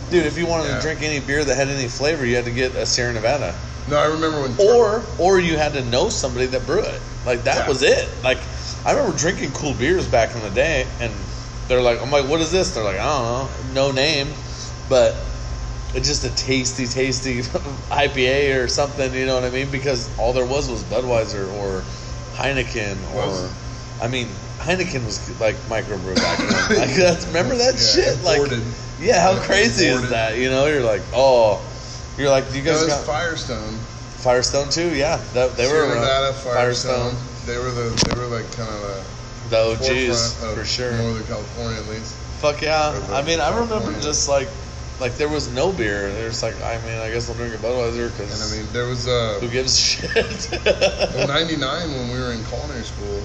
Speaker 7: dude, if you wanted
Speaker 8: Yeah.
Speaker 7: to drink any beer that had any flavor, you had to get a Sierra Nevada,
Speaker 8: No, I remember when.
Speaker 7: or or you had to know somebody that brewed it. Like that
Speaker 8: Yeah.
Speaker 7: was it. Like I remember drinking cool beers back in the day, and they're like, I'm like, what is this? They're like, I don't know, no name, but it's just a tasty, tasty IPA or something. You know what I mean? Because all there was was Budweiser or Heineken or,
Speaker 8: Was-
Speaker 7: I mean. Heineken was like microbrew back then. Like that's remember that
Speaker 8: Yeah,
Speaker 7: shit. Like
Speaker 8: imported.
Speaker 7: yeah, how
Speaker 8: Yeah,
Speaker 7: crazy is
Speaker 8: imported.
Speaker 7: that? You know, you're like, oh, you're like, you
Speaker 8: No,
Speaker 7: guys
Speaker 8: it was
Speaker 7: got
Speaker 8: Firestone.
Speaker 7: Firestone too? Yeah, that, they
Speaker 8: Sierra
Speaker 7: were uh, around.
Speaker 8: Nevada, Firestone. They were the. They were like kind of the.
Speaker 7: The OGs
Speaker 8: forefront
Speaker 7: Oh, for
Speaker 8: of
Speaker 7: sure.
Speaker 8: Northern California, at least.
Speaker 7: Fuck yeah!
Speaker 8: Or the-
Speaker 7: I mean, I remember
Speaker 8: California.
Speaker 7: just like, like there was no beer. There's like, I mean, I guess I'll drink a Budweiser
Speaker 8: And
Speaker 7: because
Speaker 8: I mean, there was uh,
Speaker 7: who gives a shit?
Speaker 8: in '99 when we were in culinary school.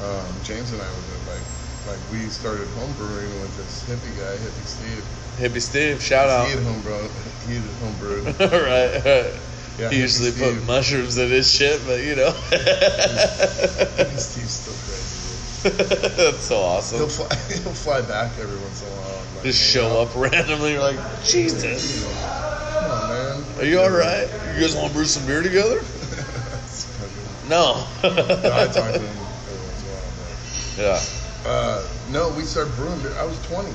Speaker 8: Um, James and I was at like, like we started home brewing with this hippie guy, hippie Steve.
Speaker 7: Hippie Steve, shout out.
Speaker 8: He had home brew. He had home brewed.
Speaker 7: right, right.
Speaker 8: Yeah,
Speaker 7: he
Speaker 8: Hippie
Speaker 7: usually put
Speaker 8: Steve.
Speaker 7: mushrooms in his shit, but you know.
Speaker 8: Hippie Steve's still crazy.
Speaker 7: That's so awesome.
Speaker 8: Dude. He'll fly. He'll fly back every once in a while. and, Like,
Speaker 7: just
Speaker 8: hang
Speaker 7: show
Speaker 8: out.
Speaker 7: up randomly. You're like, Jesus,
Speaker 8: Come on, man.
Speaker 7: are you all right? You guys want to brew some beer together?
Speaker 8: It's fucking-
Speaker 7: No.
Speaker 8: no, I talked to him every once in a while.
Speaker 7: yeah.
Speaker 8: But, uh, no, we started brewing beer. I was 20.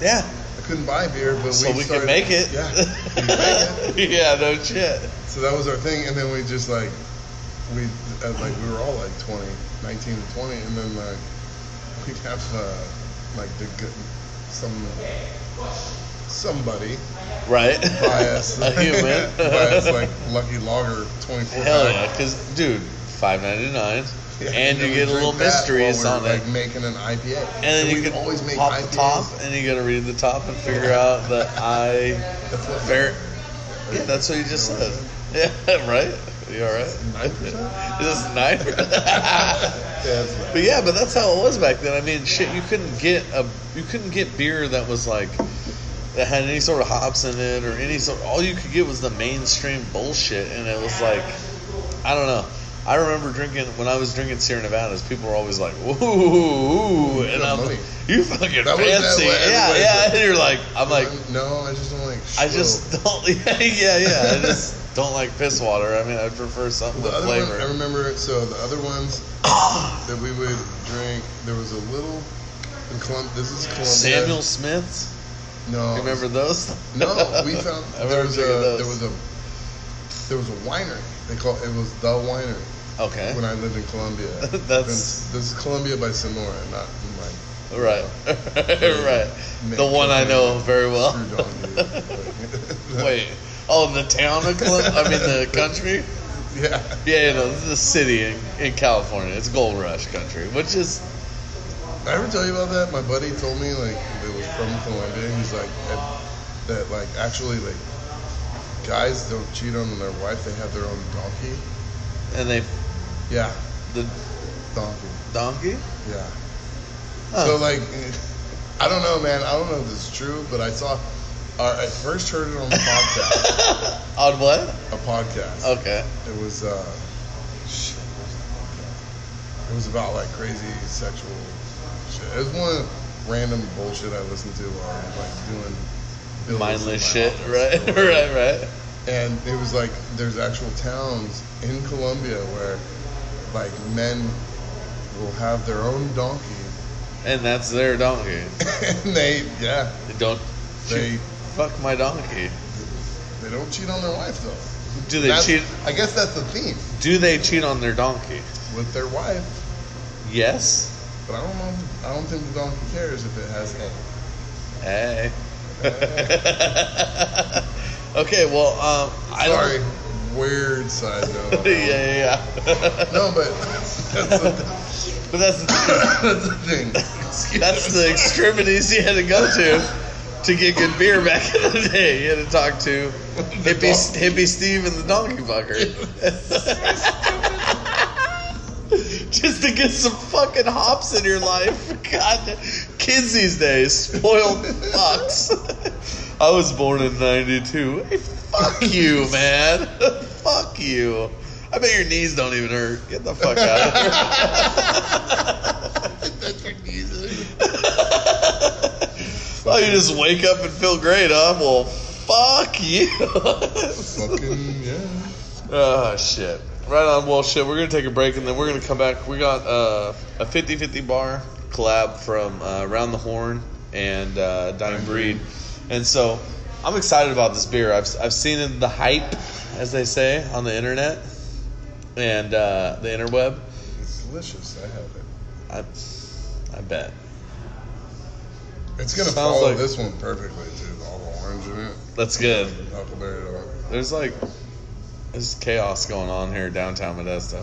Speaker 7: Yeah.
Speaker 8: I couldn't buy beer, but
Speaker 7: so
Speaker 8: we
Speaker 7: we
Speaker 8: started,
Speaker 7: can make it.
Speaker 8: Yeah, we could make it.
Speaker 7: yeah. No shit.
Speaker 8: So that was our thing, and then we just like we uh, like we were all like 20, 19 to 20, and then like we'd have uh, like the good some somebody
Speaker 7: Right.
Speaker 8: buy us
Speaker 7: A human.
Speaker 8: buy us like Lucky Lager 24
Speaker 7: Hell
Speaker 8: pack.
Speaker 7: yeah, because dude, five ninety nine,
Speaker 8: Yeah,
Speaker 7: and you
Speaker 8: then
Speaker 7: get a
Speaker 8: we
Speaker 7: little
Speaker 8: drink that
Speaker 7: mysteries
Speaker 8: while
Speaker 7: on
Speaker 8: we're,
Speaker 7: it.
Speaker 8: like making an IPA,
Speaker 7: and then
Speaker 8: we
Speaker 7: you can
Speaker 8: always make
Speaker 7: pop
Speaker 8: IPAs.
Speaker 7: the top, and you gotta read the top and figure out that I
Speaker 8: That's what-
Speaker 7: ver Yeah, that's what you just said. Yeah, right. You all right?
Speaker 8: 9%? Yeah,
Speaker 7: Is this nine?
Speaker 8: that's right.
Speaker 7: But yeah, but that's how it was back then. I mean, shit, you couldn't get a you couldn't get beer that was like that had any sort of hops in it or any sort. All you could get was the mainstream bullshit, and it was like I don't know. I remember drinking when I was drinking Sierra Nevadas. People were always like, "Ooh,", ooh," and
Speaker 8: got
Speaker 7: I'm
Speaker 8: money.
Speaker 7: like, "You fucking
Speaker 8: That was that
Speaker 7: fancy?"
Speaker 8: way,
Speaker 7: Yeah,
Speaker 8: everybody
Speaker 7: yeah.
Speaker 8: said-
Speaker 7: And you're like, "I'm like,
Speaker 8: no, I just don't like.
Speaker 7: I just don't." Yeah, yeah, yeah. I just don't like piss water. I mean, I prefer something
Speaker 8: The
Speaker 7: with
Speaker 8: other
Speaker 7: flavor.
Speaker 8: one, I remember. So the other ones that we would drink, there was a little. In Colum- this is Columbia.
Speaker 7: Samuel Smiths.
Speaker 8: No.
Speaker 7: You remember those?
Speaker 8: No, we found
Speaker 7: I remember
Speaker 8: there was a
Speaker 7: drinking
Speaker 8: there
Speaker 7: those.
Speaker 8: was a there was a winery. They call it was the winery
Speaker 7: okay.
Speaker 8: when I lived in Colombia.
Speaker 7: That's-
Speaker 8: Been- this is Colombia by Sonora, not like
Speaker 7: Right,
Speaker 8: uh,
Speaker 7: right.
Speaker 8: Man,
Speaker 7: The one I
Speaker 8: Colombia
Speaker 7: know very well.
Speaker 8: screwed on you.
Speaker 7: Wait. Oh, the town of Columbus? I mean, the country?
Speaker 8: yeah.
Speaker 7: Yeah, you know, this is the city in, in California. It's gold rush country, which is
Speaker 8: I ever tell you about that? My buddy told me like it was from Colombia. and He's like that, that like actually like guys don't cheat on their wife. They have their own donkey.
Speaker 7: and they
Speaker 8: Yeah,
Speaker 7: the
Speaker 8: donkey.
Speaker 7: donkey.
Speaker 8: Yeah.
Speaker 7: Huh.
Speaker 8: So like, I don't know, man. I don't know if this is true, but I saw. Uh, I first heard it on a podcast.
Speaker 7: On what?
Speaker 8: a podcast.
Speaker 7: Okay.
Speaker 8: It was. Uh, shit, what was that podcast? it was about like crazy sexual shit. It was one of the random bullshit I listened to while I was like doing. bills in my
Speaker 7: Mindless shit,
Speaker 8: office
Speaker 7: right?
Speaker 8: or whatever.
Speaker 7: right, right.
Speaker 8: And it was like there's actual towns in Colombia where like men will have their own donkey
Speaker 7: And that's their donkey.
Speaker 8: and they yeah
Speaker 7: They don't
Speaker 8: They-
Speaker 7: shoot, fuck my donkey.
Speaker 8: They don't cheat on their wife though.
Speaker 7: Do they
Speaker 8: That's-
Speaker 7: cheat?
Speaker 8: I guess that's the theme
Speaker 7: Do they cheat on their donkey?
Speaker 8: with their wife.
Speaker 7: Yes.
Speaker 8: But I don't know. I don't think the donkey cares if it has hay.
Speaker 7: Hey. okay. Well, um, I don't.
Speaker 8: Sorry, weird side note.
Speaker 7: yeah, yeah, yeah.
Speaker 8: No, but that's the,
Speaker 7: but that's
Speaker 8: that's the thing.
Speaker 7: that's the extremities you had to go to to get good beer back in the day. You had to talk to hippie hippie Steve and the donkey fucker. Just to get some fucking hops in your life. God, kids these days, spoiled fucks. I was born in 92. Hey, fuck you, man. fuck you. I bet your knees don't even hurt. Get the fuck out of here. oh, you just wake up and feel great, huh? Well, fuck you.
Speaker 8: Fucking yeah.
Speaker 7: oh, shit. Right on. Well, shit, we're going to take a break and then we're going to come back. We got uh, a 50 50 bar collab from uh, Round the Horn and uh, Dying Breed. And so I'm excited about this beer. I've, I've seen it- the hype, as they say, on the internet and uh, the interweb.
Speaker 8: It's delicious. I have it.
Speaker 7: I, I bet.
Speaker 8: It's gonna
Speaker 7: Sounds
Speaker 8: follow
Speaker 7: like-
Speaker 8: this one perfectly too. All the orange in it,
Speaker 7: That's good.
Speaker 8: huckleberry. dog.
Speaker 7: There's like there's chaos going on here downtown Modesto.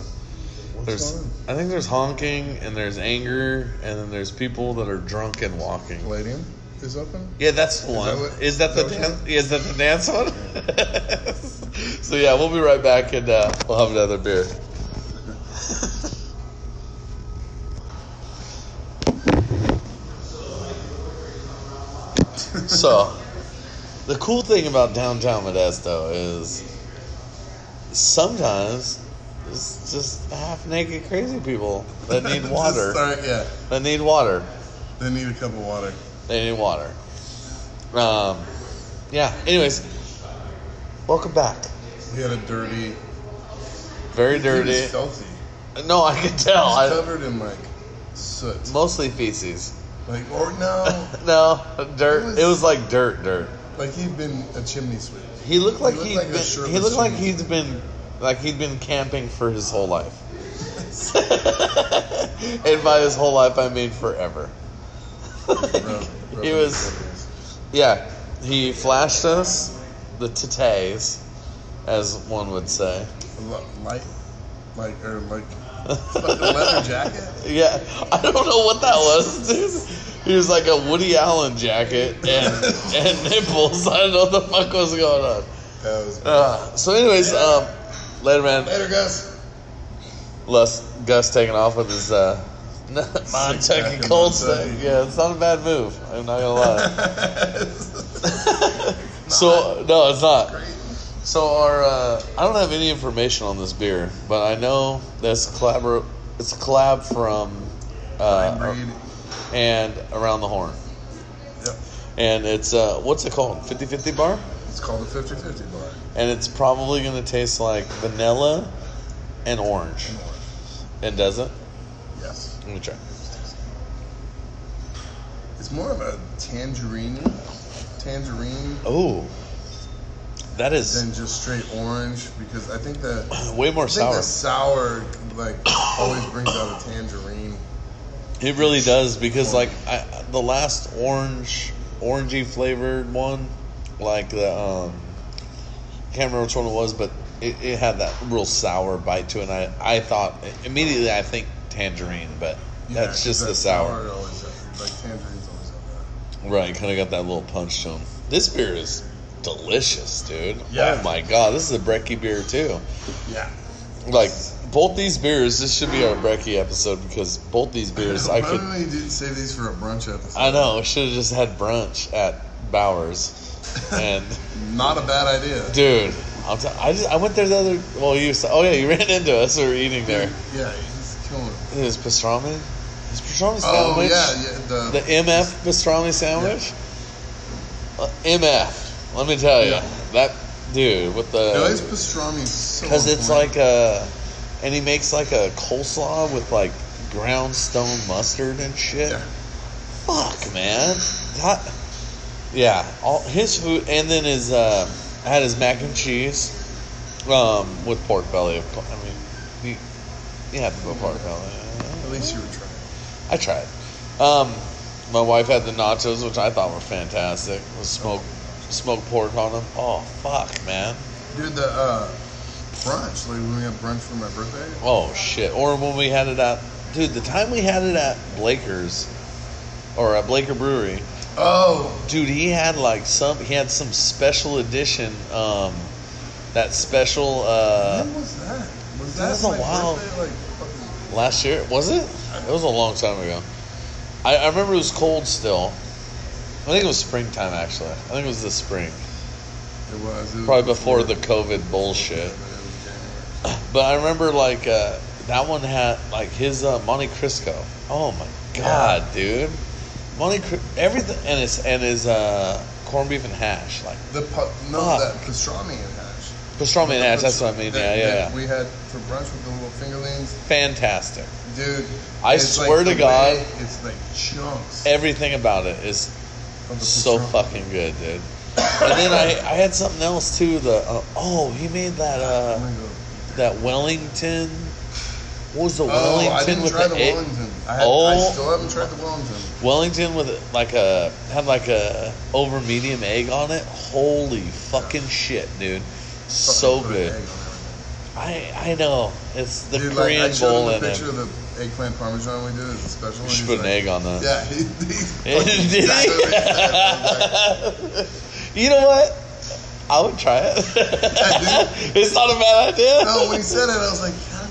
Speaker 8: What's
Speaker 7: There's
Speaker 8: going on?
Speaker 7: I think there's honking and there's anger and then there's people that are drunk and walking.
Speaker 8: Palladium is open.
Speaker 7: Yeah, that's the one.
Speaker 8: what-
Speaker 7: Is that,
Speaker 8: is
Speaker 7: the
Speaker 8: that
Speaker 7: dan- is that the dance one? so yeah, we'll be right back and uh, we'll have another beer. so, the cool thing about downtown Modesto is sometimes it's just half naked crazy people that need
Speaker 8: Just
Speaker 7: water.
Speaker 8: Start, yeah.
Speaker 7: That need water.
Speaker 8: They need a cup of water.
Speaker 7: They need water. Um, yeah. Anyways, welcome back.
Speaker 8: He had a dirty.
Speaker 7: Very
Speaker 8: He
Speaker 7: dirty.
Speaker 8: was filthy.
Speaker 7: No, I can tell.
Speaker 8: He's
Speaker 7: I,
Speaker 8: covered in like soot.
Speaker 7: mostly feces.
Speaker 8: Like or no,
Speaker 7: No, dirt. It was like dirt, dirt.
Speaker 8: like he'd been a chimney sweep.
Speaker 7: He looked like
Speaker 8: He looked
Speaker 7: he
Speaker 8: like a
Speaker 7: been,
Speaker 8: shirtless
Speaker 7: he looked like
Speaker 8: chimney
Speaker 7: he'd been like he'd been camping for his whole life. and by his whole life, I mean forever.
Speaker 8: Rub- rub
Speaker 7: he
Speaker 8: it
Speaker 7: was.
Speaker 8: in his-
Speaker 7: Yeah, he flashed us the titays, as one would say.
Speaker 8: a lo- light, like or like fucking leather jacket.
Speaker 7: Yeah, I don't know what that was, dude. He was like a Woody Allen jacket and and nipples. I don't know what the fuck was going on.
Speaker 8: That was
Speaker 7: Uh, so, anyways, um, later, man.
Speaker 8: later, guys.
Speaker 7: Les, Gus taking off with his uh,
Speaker 8: and
Speaker 7: Montucky
Speaker 8: Montucky.
Speaker 7: cold stick. Yeah, it's not a bad move. Uh, I'm not gonna lie. so no, it's not. So our uh, I don't have any information on this beer, but I know that's collabor- it's a collab from uh,
Speaker 8: Breed.
Speaker 7: and around the horn.
Speaker 8: Yep.
Speaker 7: And it's uh, what's it called? 50-50 bar?
Speaker 8: It's called a 50-50 bar.
Speaker 7: And it's probably gonna taste like vanilla and orange. And does it?
Speaker 8: Yes.
Speaker 7: Let me try.
Speaker 8: It's more of a tangerine, tangerine
Speaker 7: Oh. That is
Speaker 8: than just straight orange because I think that I
Speaker 7: way more
Speaker 8: think
Speaker 7: sour.
Speaker 8: that sour like always brings out a tangerine.
Speaker 7: It really does because like I, the last orange, orangey flavored one, like the um, I can't remember which one it was, but it, it had that real sour bite to it. And I I thought immediately I think tangerine, but
Speaker 8: Yeah,
Speaker 7: that's
Speaker 8: 'cause
Speaker 7: just
Speaker 8: that
Speaker 7: the sour,
Speaker 8: sour always has- like tangerine's always have that.
Speaker 7: right? Kind of got that little punch to them. This beer is delicious, dude.
Speaker 8: Yeah.
Speaker 7: Oh my god, this is a brekkie beer too.
Speaker 8: Yeah.
Speaker 7: Like both these beers, this should be our brekkie episode because both these beers I
Speaker 8: Why
Speaker 7: could.
Speaker 8: don't we do- save these for a brunch episode?
Speaker 7: I know. Should have just had brunch at Bowers. And
Speaker 8: Not a bad idea.
Speaker 7: dude, I'll t- I just I went there the other. Well, you. Saw, oh yeah, you ran into us. We were eating there.
Speaker 8: Yeah, he's killing it.
Speaker 7: It was pastrami. It was pastrami
Speaker 8: Oh
Speaker 7: sandwich.
Speaker 8: yeah, yeah. The,
Speaker 7: The MF pastrami sandwich. Uh, MF. Let me tell you
Speaker 8: Yeah.
Speaker 7: that dude with
Speaker 8: no, his
Speaker 7: the
Speaker 8: pastrami is so.
Speaker 7: because it's
Speaker 8: important.
Speaker 7: like a, and he makes like a coleslaw with like ground stone mustard and shit.
Speaker 8: Yeah.
Speaker 7: Fuck, man. God. Yeah, all his food, and then his uh, I had his mac and cheese, um, with pork belly. Of course, I mean, you, you have to put pork belly.
Speaker 8: At least you were trying.
Speaker 7: I tried. Um, my wife had the nachos, which I thought were fantastic. With smoked smoked pork on them. Oh fuck, man.
Speaker 8: Dude, the uh, brunch. Like when we had brunch for my birthday.
Speaker 7: Oh shit. Or when we had it at, dude, the time we had it at Blaker's, or at Blaker Brewery.
Speaker 8: Oh,
Speaker 7: dude he had like some he had some special edition um that special uh
Speaker 8: when was that? Was
Speaker 7: that
Speaker 8: that
Speaker 7: was a
Speaker 8: my
Speaker 7: while.
Speaker 8: birthday? Like fucking
Speaker 7: last year was it it was a long time ago I, I remember it was cold still i think it was springtime actually i think it was this spring
Speaker 8: it was. It was
Speaker 7: probably before the covid bullshit but i remember like uh that one had like his uh, monte cristo oh my god dude monte Cri- everything and his and his uh corned beef and hash like
Speaker 8: The pu- no,
Speaker 7: Fuck.
Speaker 8: that pastrami and hash.
Speaker 7: pastrami and hash
Speaker 8: The
Speaker 7: that's what i
Speaker 8: pastr-
Speaker 7: mean yeah
Speaker 8: that-
Speaker 7: yeah,
Speaker 8: that
Speaker 7: yeah.
Speaker 8: We had for brunch with the little fingerlings,
Speaker 7: fantastic.
Speaker 8: dude.
Speaker 7: I
Speaker 8: it's like
Speaker 7: swear to
Speaker 8: the
Speaker 7: God.
Speaker 8: way it's like chunks.
Speaker 7: Everything about it is
Speaker 8: of the
Speaker 7: so
Speaker 8: pastrami.
Speaker 7: fucking good, dude. And then I, I had something else too. The uh, oh, he made that
Speaker 8: Oh
Speaker 7: uh
Speaker 8: my God.
Speaker 7: that Wellington. What was the
Speaker 8: Oh,
Speaker 7: Wellington
Speaker 8: I didn't
Speaker 7: with
Speaker 8: try
Speaker 7: the
Speaker 8: the
Speaker 7: egg?
Speaker 8: Wellington. I, had,
Speaker 7: Oh.
Speaker 8: I still haven't tried the Wellington.
Speaker 7: Wellington with like a had like a over medium egg on it. Holy fucking shit, dude! So
Speaker 8: Fucking put an
Speaker 7: good.
Speaker 8: egg on
Speaker 7: I I know it's the
Speaker 8: it. Dude, like, I
Speaker 7: Korean
Speaker 8: showed
Speaker 7: bowl
Speaker 8: him
Speaker 7: in
Speaker 8: the picture
Speaker 7: it.
Speaker 8: of the eggplant parmesan we did as a special.
Speaker 7: You
Speaker 8: and
Speaker 7: should
Speaker 8: he's
Speaker 7: put an
Speaker 8: like-
Speaker 7: egg on that.
Speaker 8: Yeah, he, he's
Speaker 7: Did
Speaker 8: fucking
Speaker 7: he?
Speaker 8: exactly what he said.
Speaker 7: you know what? I would try it.
Speaker 8: Yeah,
Speaker 7: it's not a bad idea.
Speaker 8: No, when he said it, I was like, God,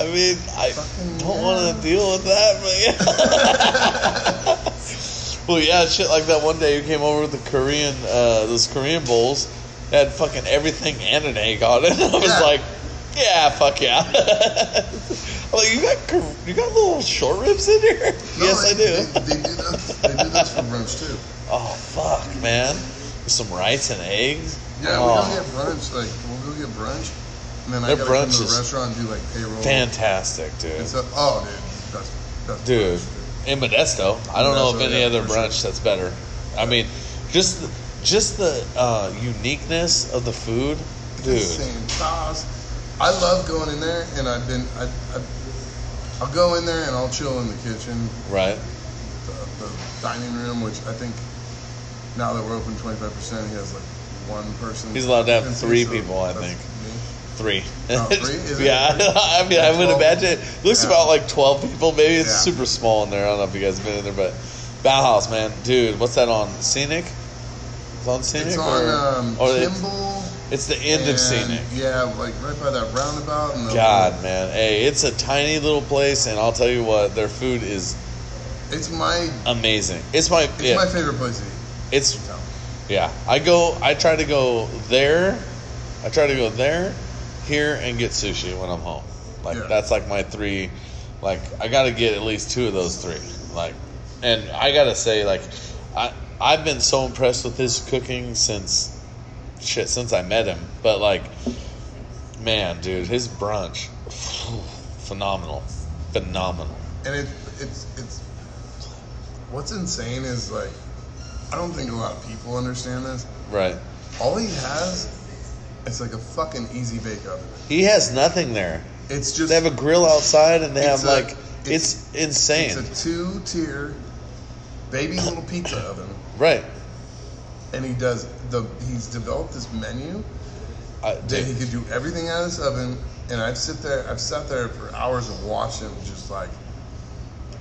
Speaker 7: I mean, I
Speaker 8: Fucking
Speaker 7: don't
Speaker 8: yeah.
Speaker 7: want to deal with that, but yeah. well, yeah, shit like that. One day you came over with the Korean, uh, those Korean bowls that had fucking everything and an egg on it. I was
Speaker 8: Yeah.
Speaker 7: like, yeah, fuck yeah. I'm like, you got Kor- you got little short ribs in here?
Speaker 8: no,
Speaker 7: yes, I do.
Speaker 8: They, they, do those, they do those for brunch too.
Speaker 7: Oh fuck, man! With some rice and eggs.
Speaker 8: Yeah,
Speaker 7: Oh,
Speaker 8: we go get brunch. Like, we'll go get brunch, and then I
Speaker 7: Their
Speaker 8: gotta come
Speaker 7: brunch
Speaker 8: to the
Speaker 7: is
Speaker 8: restaurant and do like payroll
Speaker 7: fantastic, dude.
Speaker 8: and stuff. Oh, dude, best, best
Speaker 7: dude.
Speaker 8: brunch,
Speaker 7: In Modesto, I don't know
Speaker 8: Modesto,
Speaker 7: if any
Speaker 8: yeah,
Speaker 7: other
Speaker 8: for sure.
Speaker 7: brunch that's better. I mean, just the, just the uh, uniqueness of the food, dude.
Speaker 8: Same sauce. I love going in there, and I've been. I, I, I'll go in there and I'll chill in the kitchen,
Speaker 7: Right?
Speaker 8: the, the dining room, which I think now that we're open 25 percent, he has like one person.
Speaker 7: He's allowed to have
Speaker 8: occupancy,
Speaker 7: three
Speaker 8: so
Speaker 7: people, I
Speaker 8: that's
Speaker 7: think.
Speaker 8: me.
Speaker 7: Three.
Speaker 8: Oh, three? Is it?
Speaker 7: yeah, I mean, I would
Speaker 8: 12?
Speaker 7: imagine it looks
Speaker 8: Yeah.
Speaker 7: about like twelve people. Maybe it's
Speaker 8: Yeah.
Speaker 7: super small in there. I don't know if you guys have been in there, but Bauhaus, man, dude, what's that on? Scenic? It's on Scenic.
Speaker 8: It's
Speaker 7: or,
Speaker 8: on um,
Speaker 7: or it's,
Speaker 8: Kimball.
Speaker 7: it's the end
Speaker 8: and-
Speaker 7: of Scenic.
Speaker 8: Yeah, like right by that roundabout. And the
Speaker 7: God, man, hey, it's a tiny little place, and I'll tell you what, their food is
Speaker 8: It's my.
Speaker 7: amazing. It's my
Speaker 8: It's
Speaker 7: yeah,
Speaker 8: my favorite place to eat.
Speaker 7: it's
Speaker 8: So.
Speaker 7: yeah. I go. I try to go there I try to go there, here, and get sushi when I'm home. Like
Speaker 8: Yeah.
Speaker 7: that's like my three. Like I gotta get at least two of those three. Like, and I gotta say, like, I I've been so impressed with his cooking since shit since I met him. But like, man, dude, his brunch, phenomenal, phenomenal.
Speaker 8: and it, it's it's what's insane is like I don't think a lot of people understand this.
Speaker 7: Right.
Speaker 8: All he has is like a fucking easy bake oven.
Speaker 7: He has nothing there.
Speaker 8: It's just
Speaker 7: They have a grill outside, and they
Speaker 8: It's
Speaker 7: have
Speaker 8: a-
Speaker 7: like it's, insane.
Speaker 8: it's a two tier baby little pizza oven,
Speaker 7: right.
Speaker 8: and he does the he's developed this menu
Speaker 7: I,
Speaker 8: that
Speaker 7: dude,
Speaker 8: he could do everything out of this oven. And I've sit there I've sat there for hours and watched him just like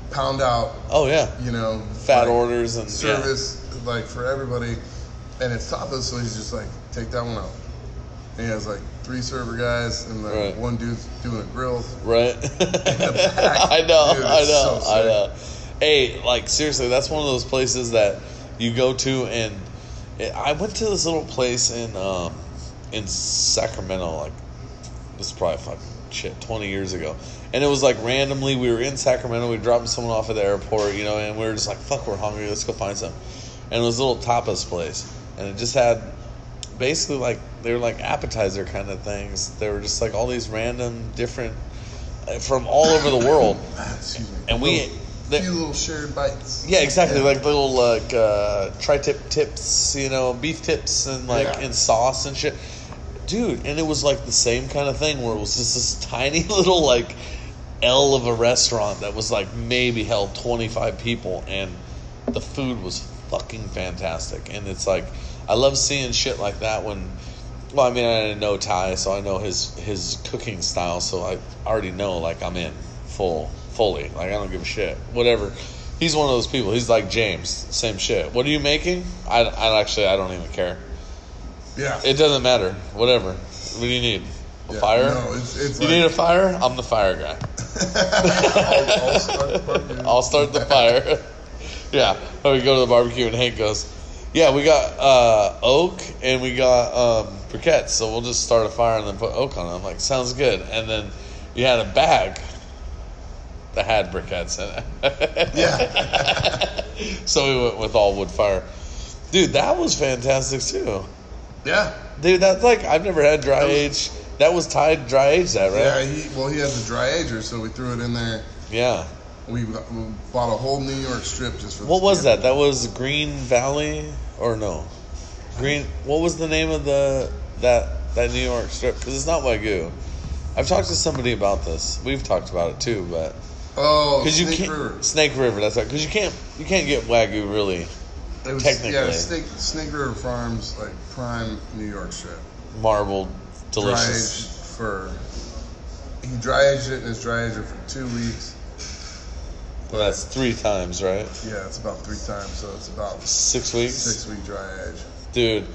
Speaker 8: pound out
Speaker 7: oh yeah,
Speaker 8: you know
Speaker 7: fat
Speaker 8: like,
Speaker 7: orders and
Speaker 8: service like for everybody, and it's tapas. So he's just like, take that one out. And he has like three server guys and like
Speaker 7: Right.
Speaker 8: one dude's doing a grill.
Speaker 7: Yeah, right.
Speaker 8: back.
Speaker 7: I know.
Speaker 8: Dude,
Speaker 7: I
Speaker 8: it's
Speaker 7: know.
Speaker 8: so
Speaker 7: I
Speaker 8: sick.
Speaker 7: know. Hey, like seriously, that's one of those places that you go to, and I went to this little place in um, in Sacramento, like this is probably fucking shit 20 years ago and it was like randomly we were in sacramento we dropped someone off at the airport you know and we were just like fuck we're hungry let's go find some and it was a little tapas place and it just had basically like they were like appetizer kind of things they were just like all these random different from all over the world
Speaker 8: Excuse me.
Speaker 7: and we
Speaker 8: Little-
Speaker 7: they-
Speaker 8: few little shared bites.
Speaker 7: yeah, exactly. Like little like uh, tri-tip tips, you know, beef tips, and like
Speaker 8: Yeah.
Speaker 7: and sauce and shit, dude. And it was like the same kind of thing where it was just this tiny little like L of a restaurant that was like maybe held twenty five people, and the food was fucking fantastic. And it's like I love seeing shit like that when. Well, I mean, I know Ty, so I know his his cooking style, so I already know like I'm in full fully. Like I don't give a shit. Whatever. He's one of those people. He's like James, same shit. What are you making? I, I actually I don't even care.
Speaker 8: Yeah.
Speaker 7: It doesn't matter. Whatever. What do you need? A
Speaker 8: Yeah.
Speaker 7: fire?
Speaker 8: No, it's, it's
Speaker 7: you
Speaker 8: like,
Speaker 7: need a fire? I'm the fire guy.
Speaker 8: I'll, I'll start the barbecue.
Speaker 7: I'll start the fire. yeah. Or we go to the barbecue and Hank goes, Yeah, we got uh, oak and we got um, briquettes, so we'll just start a fire and then put oak on it. I'm like, sounds good. And then you had a bag that had briquettes in it.
Speaker 8: Yeah.
Speaker 7: so we went with all wood fire. Dude, that was fantastic too.
Speaker 8: Yeah.
Speaker 7: Dude, that's like I've never had dry age. That was tied dry age, that
Speaker 8: Yeah.
Speaker 7: right?
Speaker 8: He well, he has a dry ager, so we threw it in there.
Speaker 7: Yeah.
Speaker 8: We b- we bought a whole New York strip just for.
Speaker 7: What
Speaker 8: this
Speaker 7: was
Speaker 8: beer.
Speaker 7: that? That was Green Valley or no? Green. What was the name of the that that New York strip? Because it's not Wagyu. I've talked to somebody about this. We've talked about it too, but
Speaker 8: Oh,
Speaker 7: because you
Speaker 8: Snake
Speaker 7: can't
Speaker 8: River.
Speaker 7: Snake River. That's right. Because you can't you can't get Wagyu really
Speaker 8: It was, Yeah,
Speaker 7: technically.
Speaker 8: Snake, Snake River Farms, like prime New York strip.
Speaker 7: marbled delicious.
Speaker 8: Dry aged for he dry aged it in his dry ager for two weeks.
Speaker 7: Well, that's three times, right?
Speaker 8: Yeah, it's about three times, so it's about
Speaker 7: Six weeks,
Speaker 8: six week dry age.
Speaker 7: dude.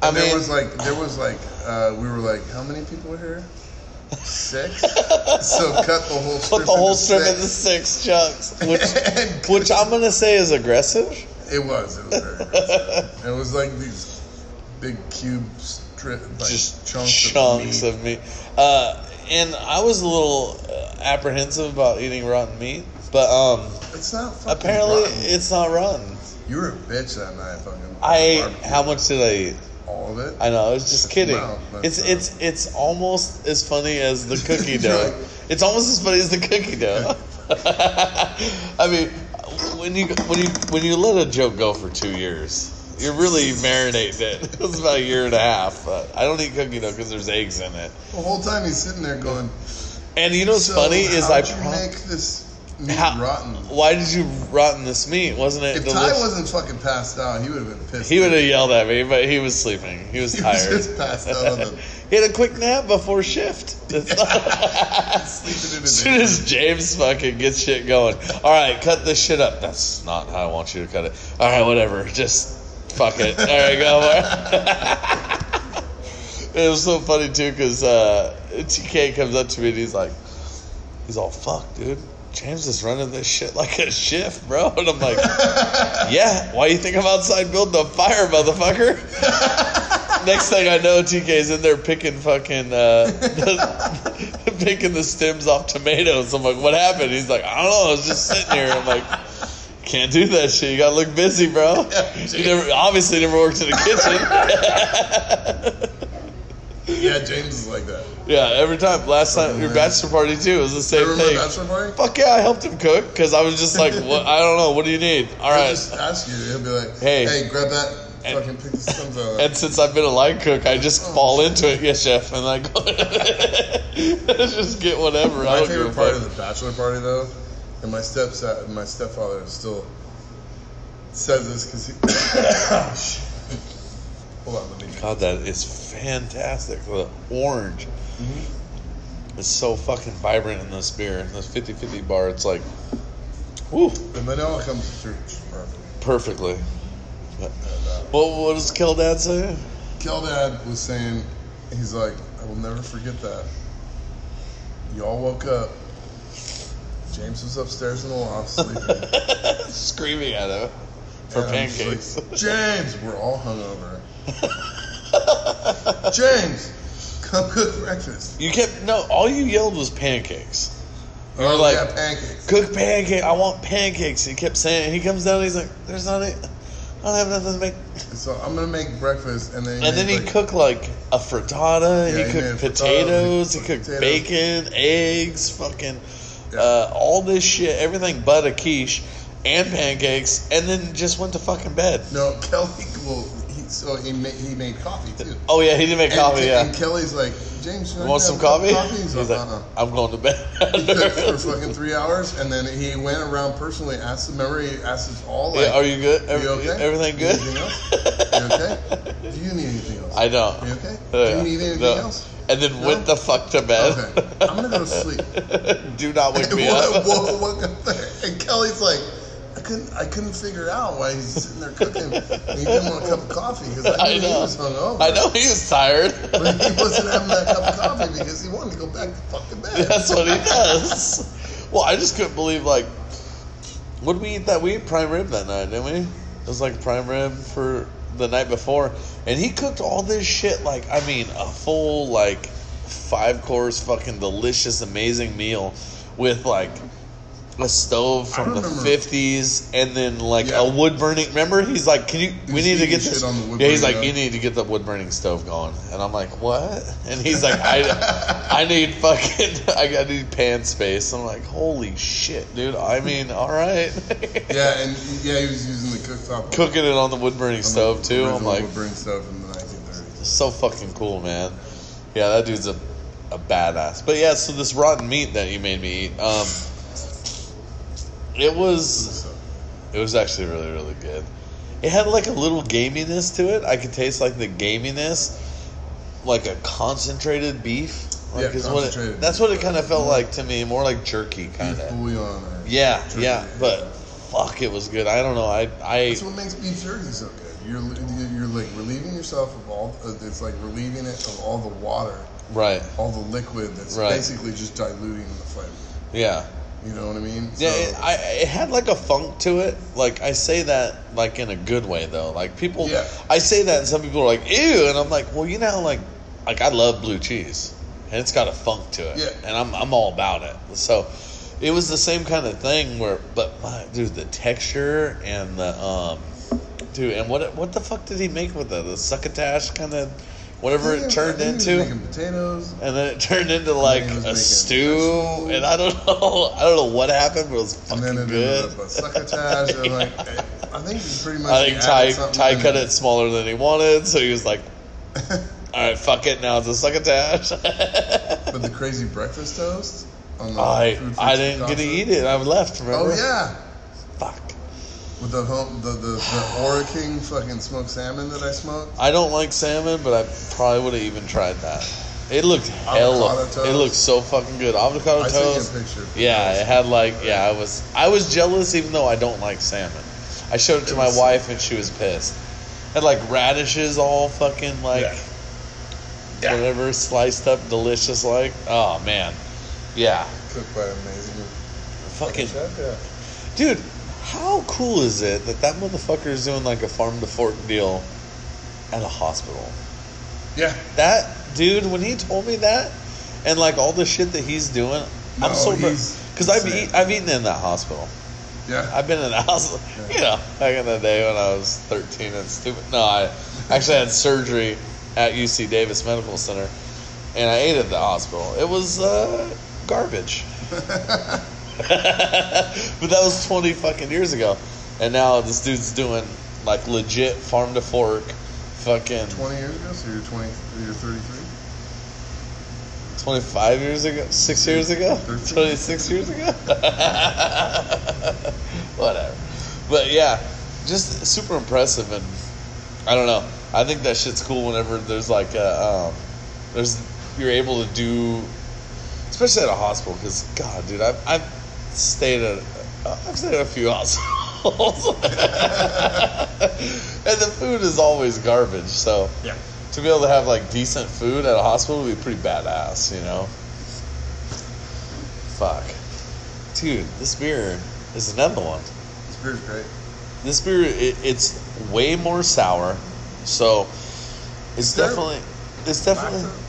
Speaker 7: I
Speaker 8: And
Speaker 7: mean,
Speaker 8: there was like there was like uh, we were like how many people were here? Six. so cut the whole strip
Speaker 7: put the whole
Speaker 8: into
Speaker 7: strip into
Speaker 8: six.
Speaker 7: six chunks, which
Speaker 8: And
Speaker 7: which I'm gonna say is aggressive.
Speaker 8: it was it was very aggressive. it was like these big cube strip like
Speaker 7: just
Speaker 8: chunks, of, meat.
Speaker 7: of meat. Uh, and I was a little uh, apprehensive about eating rotten meat, but um,
Speaker 8: It's not fucking
Speaker 7: apparently
Speaker 8: rotten.
Speaker 7: it's not rotten.
Speaker 8: you were a bitch that night fucking
Speaker 7: I ate
Speaker 8: barbecue.
Speaker 7: how much did I eat?
Speaker 8: all of it.
Speaker 7: I know I was just kidding.
Speaker 8: Wow, that's uh,
Speaker 7: it's
Speaker 8: not-
Speaker 7: it's it's almost as funny as the cookie
Speaker 8: You're
Speaker 7: dough.
Speaker 8: like-
Speaker 7: It's almost as funny as the cookie dough. I mean, when you when you when you let a joke go for two years, you're really marinating it. It was about a year and a half. But I don't eat cookie dough because there's eggs in it.
Speaker 8: The whole time he's sitting there going.
Speaker 7: And you know what's
Speaker 8: so
Speaker 7: funny is
Speaker 8: how'd
Speaker 7: I
Speaker 8: you
Speaker 7: pro-
Speaker 8: make this meat
Speaker 7: How-
Speaker 8: rotten.
Speaker 7: Why did you rotten this meat? Wasn't it?
Speaker 8: If Ty
Speaker 7: delicious?
Speaker 8: wasn't fucking passed out, he would have been pissed.
Speaker 7: he would have yelled at me, but he was sleeping. He was
Speaker 8: He was
Speaker 7: tired.
Speaker 8: just passed out on the-
Speaker 7: he had a quick nap before shift.
Speaker 8: Sleeping in
Speaker 7: as
Speaker 8: his
Speaker 7: soon as James fucking gets shit going, all right, cut this shit up. That's not how I want you to cut it. All right, whatever. Just fuck it. All right, go. it was so funny too because uh, TK comes up to me and he's like, he's all fuck, dude. James is running this shit like a shift, bro. And I'm like, yeah. Why you think I'm outside building a fire, motherfucker? Next thing I know, TK's in there picking fucking uh, picking the stems off tomatoes. I'm like, what happened? He's like, I don't know. I was just sitting here. I'm like, can't do that shit. You gotta look busy, bro. you never obviously never worked in a kitchen.
Speaker 8: Yeah, James is like that.
Speaker 7: yeah, every time. Last time your bachelor party too was the same
Speaker 8: Remember
Speaker 7: thing.
Speaker 8: my bachelor party?
Speaker 7: Fuck yeah, I helped him cook because I was just like, what? I don't know. What do you need? All
Speaker 8: He'll
Speaker 7: right.
Speaker 8: just ask you. He'll be like,
Speaker 7: Hey.
Speaker 8: hey, grab that.
Speaker 7: And-
Speaker 8: fucking pick the thumbs out.
Speaker 7: And since I've been a line cook, I just
Speaker 8: Oh.
Speaker 7: fall into it, yes, chef, and I go just get whatever. I
Speaker 8: My
Speaker 7: don't give a
Speaker 8: favorite part of
Speaker 7: fuck.
Speaker 8: the bachelor party, though, and my steps my stepfather still says this because he. Hold on, let me.
Speaker 7: God, that is fantastic. The orange
Speaker 8: Mm-hmm.
Speaker 7: is so fucking vibrant in this beer. In this 50-50 bar, it's like, woo,
Speaker 8: The vanilla comes through just perfect.
Speaker 7: perfectly. What, what does Kel Dad say?
Speaker 8: Keldad was saying, he's like, I will never forget that. Y'all woke up. James was upstairs in the loft sleeping.
Speaker 7: Screaming at him for
Speaker 8: And I'm just
Speaker 7: pancakes.
Speaker 8: like, James, we're all hungover. James, come cook breakfast.
Speaker 7: you kept, no, all you yelled was pancakes.
Speaker 8: Oh,
Speaker 7: like-
Speaker 8: yeah, pancakes.
Speaker 7: cook pancake. I want pancakes. He kept saying. He comes down. He's like, "There's not. Any, I don't have nothing to make."
Speaker 8: So I'm gonna make breakfast, and then
Speaker 7: And then he
Speaker 8: like,
Speaker 7: cooked like a frittata.
Speaker 8: Yeah,
Speaker 7: he
Speaker 8: he
Speaker 7: cooked
Speaker 8: made frittata,
Speaker 7: potatoes. He
Speaker 8: he
Speaker 7: cooked
Speaker 8: cooked potatoes.
Speaker 7: bacon, eggs, fucking
Speaker 8: Yeah.
Speaker 7: uh, all this shit. Everything but a quiche and pancakes. And then just went to fucking bed.
Speaker 8: No, Kelly. Well, he, so he made he made coffee too.
Speaker 7: Oh yeah, he didn't make
Speaker 8: And
Speaker 7: coffee.
Speaker 8: Ke-
Speaker 7: yeah.
Speaker 8: And Kelly's like, James, should I have
Speaker 7: Want some coffee?
Speaker 8: He's,
Speaker 7: He's
Speaker 8: like,
Speaker 7: like,
Speaker 8: uh-uh.
Speaker 7: I'm going to
Speaker 8: He cooked for
Speaker 7: bed.
Speaker 8: fucking three hours, and then he went around personally, asked the memory, asked us all, like,
Speaker 7: Yeah, are you good?
Speaker 8: "Are you
Speaker 7: Every-
Speaker 8: okay?
Speaker 7: Everything good?
Speaker 8: Anything else? You okay? Do you need anything else?
Speaker 7: I don't.
Speaker 8: You okay?
Speaker 7: Yeah.
Speaker 8: Do you need anything
Speaker 7: Uh, No.
Speaker 8: else?
Speaker 7: And then
Speaker 8: No?
Speaker 7: went the fuck to bed.
Speaker 8: Okay. I'm gonna go to sleep.
Speaker 7: Do not wake
Speaker 8: And
Speaker 7: me
Speaker 8: what-
Speaker 7: up.
Speaker 8: what- what got there? And Kelly's like, I couldn't, I couldn't figure out why he's sitting there cooking. and he didn't want a cup of coffee because I,
Speaker 7: I
Speaker 8: knew
Speaker 7: know.
Speaker 8: he was hungover.
Speaker 7: I know he was tired.
Speaker 8: But he wasn't having that cup of coffee because he wanted to go back to fucking bed.
Speaker 7: That's what he does. Well, I just couldn't believe like, what did we eat that? We ate prime rib that night, didn't we? It was like prime rib for the night before, and he cooked all this shit. Like, I mean, a full like five course fucking delicious, amazing meal with like. A stove
Speaker 8: I
Speaker 7: from the
Speaker 8: remember.
Speaker 7: fifties, and then like
Speaker 8: Yeah.
Speaker 7: a wood burning. Remember, he's like, "Can you? We
Speaker 8: He's
Speaker 7: need to
Speaker 8: eating
Speaker 7: get
Speaker 8: shit
Speaker 7: this."
Speaker 8: on the wood
Speaker 7: yeah, he's like,
Speaker 8: burning,
Speaker 7: "You
Speaker 8: yeah.
Speaker 7: need to get the wood burning stove going," and I'm like, "What?" And he's like, "I, I need fucking, I got need pan space." I'm like, "Holy shit, dude! I mean, all right."
Speaker 8: Yeah, and yeah, he was using the cooktop.
Speaker 7: Cooking it on the wood burning stove too. I'm like,
Speaker 8: burn stove from the 1930s.
Speaker 7: so fucking cool, man. Yeah, that dude's a, a badass. But yeah, so this rotten meat that you made me eat, um, it was, it was actually really, really good. It had like a little gaminess to it. I could taste like the gaminess, like a concentrated beef. Like
Speaker 8: Yeah,
Speaker 7: is what it,
Speaker 8: concentrated
Speaker 7: that's what it kind of
Speaker 8: beef. uh, uh-huh.
Speaker 7: felt like to me, more like jerky kind
Speaker 8: Beef
Speaker 7: of.
Speaker 8: bouillon. Or
Speaker 7: Yeah,
Speaker 8: jerky.
Speaker 7: yeah, but fuck, it was good. I don't know. I I
Speaker 8: that's what makes beef jerky so good. You're you're like relieving yourself of all. uh, It's like relieving it of all the water,
Speaker 7: right.
Speaker 8: all the liquid that's
Speaker 7: Right.
Speaker 8: basically just diluting the flavor.
Speaker 7: Yeah.
Speaker 8: You know what I mean?
Speaker 7: Yeah,
Speaker 8: So-
Speaker 7: it, I, it had like a funk to it. Like I say that like in a good way though. Like people,
Speaker 8: Yeah.
Speaker 7: I say that and some people are like ew, and I'm like, well, you know, like like I love blue cheese, and it's got a funk to it.
Speaker 8: Yeah.
Speaker 7: and I'm I'm all about it. So it was the same kind of thing where, but my dude, the texture and the um, dude, and what what the fuck did he make with it? The succotash kind of whatever
Speaker 8: Yeah,
Speaker 7: it turned
Speaker 8: he was
Speaker 7: into.
Speaker 8: making potatoes.
Speaker 7: And then it turned into like
Speaker 8: he was
Speaker 7: a
Speaker 8: making
Speaker 7: stew,
Speaker 8: vegetables.
Speaker 7: and I don't know, I don't know what happened, but it was
Speaker 8: And
Speaker 7: fucking
Speaker 8: then it
Speaker 7: good.
Speaker 8: ended up a succotash. and like, I think he pretty much.
Speaker 7: I think Ty
Speaker 8: added something
Speaker 7: Ty
Speaker 8: in
Speaker 7: cut it smaller than he wanted, so he was like, "All right, fuck it, now it's a succotash."
Speaker 8: But the crazy breakfast toast. On the
Speaker 7: I
Speaker 8: food for
Speaker 7: I didn't get to
Speaker 8: Chicago.
Speaker 7: eat it. I left. Remember?
Speaker 8: Oh yeah.
Speaker 7: Fuck.
Speaker 8: With the home, the the, the Aura King fucking smoked salmon that I smoked.
Speaker 7: I don't like salmon, but I probably would have even tried that. It looked hella.
Speaker 8: Avocado
Speaker 7: It looked
Speaker 8: toast.
Speaker 7: so fucking good. Avocado
Speaker 8: I
Speaker 7: toast.
Speaker 8: sent you a picture.
Speaker 7: Yeah, it had like yeah. I was I was jealous even though I don't like salmon. I showed it to
Speaker 8: It
Speaker 7: my
Speaker 8: was-
Speaker 7: wife and she was pissed. Had like radishes all fucking like
Speaker 8: Yeah.
Speaker 7: whatever sliced up, delicious like. Oh man, yeah,
Speaker 8: Cooked by an amazing
Speaker 7: fucking
Speaker 8: chef. Yeah.
Speaker 7: dude. How cool is it that that motherfucker is doing like a farm to fork deal at a hospital?
Speaker 8: Yeah.
Speaker 7: That dude, when he told me that, and like all the shit that he's doing,
Speaker 8: No,
Speaker 7: I'm so
Speaker 8: he's
Speaker 7: because I've
Speaker 8: sick.
Speaker 7: eat, I've eaten in that hospital.
Speaker 8: Yeah.
Speaker 7: I've been in the hospital, you know, back in the day when I was 13 and stupid. No, I actually had surgery at UC Davis Medical Center, and I ate at the hospital. It was uh, garbage. but that was 20 fucking years ago, and now this dude's doing like legit farm to fork, fucking
Speaker 8: 20 years ago, so you're 20, you're 33.
Speaker 7: 25 years ago, six years ago, 26 years ago. Whatever. But yeah, just super impressive, and I don't know. I think that shit's cool whenever there's like a, um, there's you're able to do, especially at a hospital. Because God, dude, I've, I've stayed at uh, I've stayed at a few hospitals, and the food is always garbage. So
Speaker 8: Yeah.
Speaker 7: to be able to have like decent food at a hospital would be pretty badass, you know. Fuck, dude, this beer is another one.
Speaker 8: This beer's great.
Speaker 7: This beer, it, it's way more sour, so it's
Speaker 8: there
Speaker 7: definitely, it's definitely.
Speaker 8: Lacto-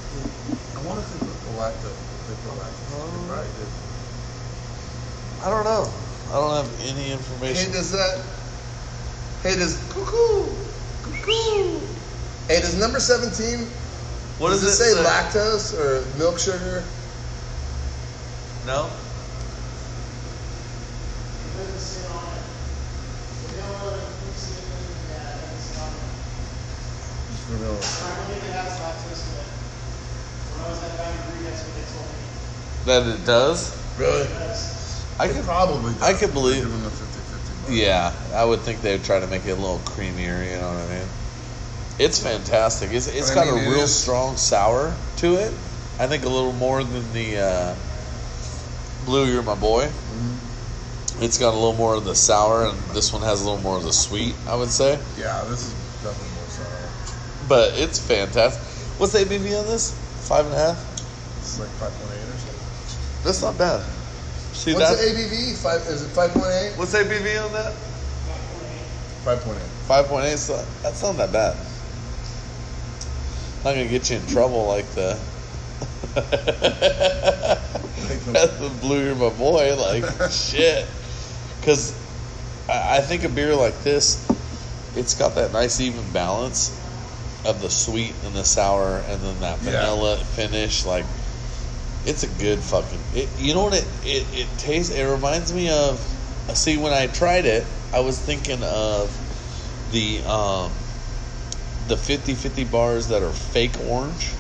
Speaker 8: I want to think of the lacto. They put lacto.
Speaker 7: Oh.
Speaker 8: They probably did.
Speaker 7: I don't know. I don't have any information.
Speaker 8: Hey, does that? Hey, does cuckoo, cuckoo? Hey, does number seventeen?
Speaker 7: what
Speaker 8: does,
Speaker 7: does
Speaker 8: it, say?
Speaker 7: that-
Speaker 8: Lactose or milk sugar?
Speaker 7: No.
Speaker 8: Just vanilla.
Speaker 7: That it does.
Speaker 8: Really?
Speaker 7: I could.
Speaker 8: Probably.
Speaker 7: I
Speaker 8: does.
Speaker 7: could believe-
Speaker 8: Give them a 50-50 vote.
Speaker 7: Yeah, I would think they'd try to make it a little creamier. You know what I mean? It's fantastic. It's it's
Speaker 8: But I
Speaker 7: got
Speaker 8: mean,
Speaker 7: a
Speaker 8: it
Speaker 7: real
Speaker 8: is-
Speaker 7: strong sour to it. I think a little more than the uh, blue. You're my boy.
Speaker 8: Mm-hmm.
Speaker 7: It's got a little more of the sour, and this one has a little more of the sweet. I would say,
Speaker 8: Yeah, this is definitely more sour.
Speaker 7: but it's fantastic. What's the ABV on this? Five and a half.
Speaker 8: It's like five point eight or something.
Speaker 7: That's not bad. See
Speaker 8: What's
Speaker 7: that?
Speaker 8: the ABV? Five? Is it five point eight?
Speaker 7: What's the ABV on that?
Speaker 8: Five point eight.
Speaker 7: Five point eight. So that's not that bad. Not gonna get you in trouble like the. the blue, you're my boy. Like shit, because I, I think a beer like this, it's got that nice even balance of the sweet and the sour, and then that
Speaker 8: Yeah.
Speaker 7: vanilla finish. Like it's a good fucking. It, you know what it, it it tastes. It reminds me of. uh, See, when I tried it, I was thinking of the um the 50-50 bars that are fake orange.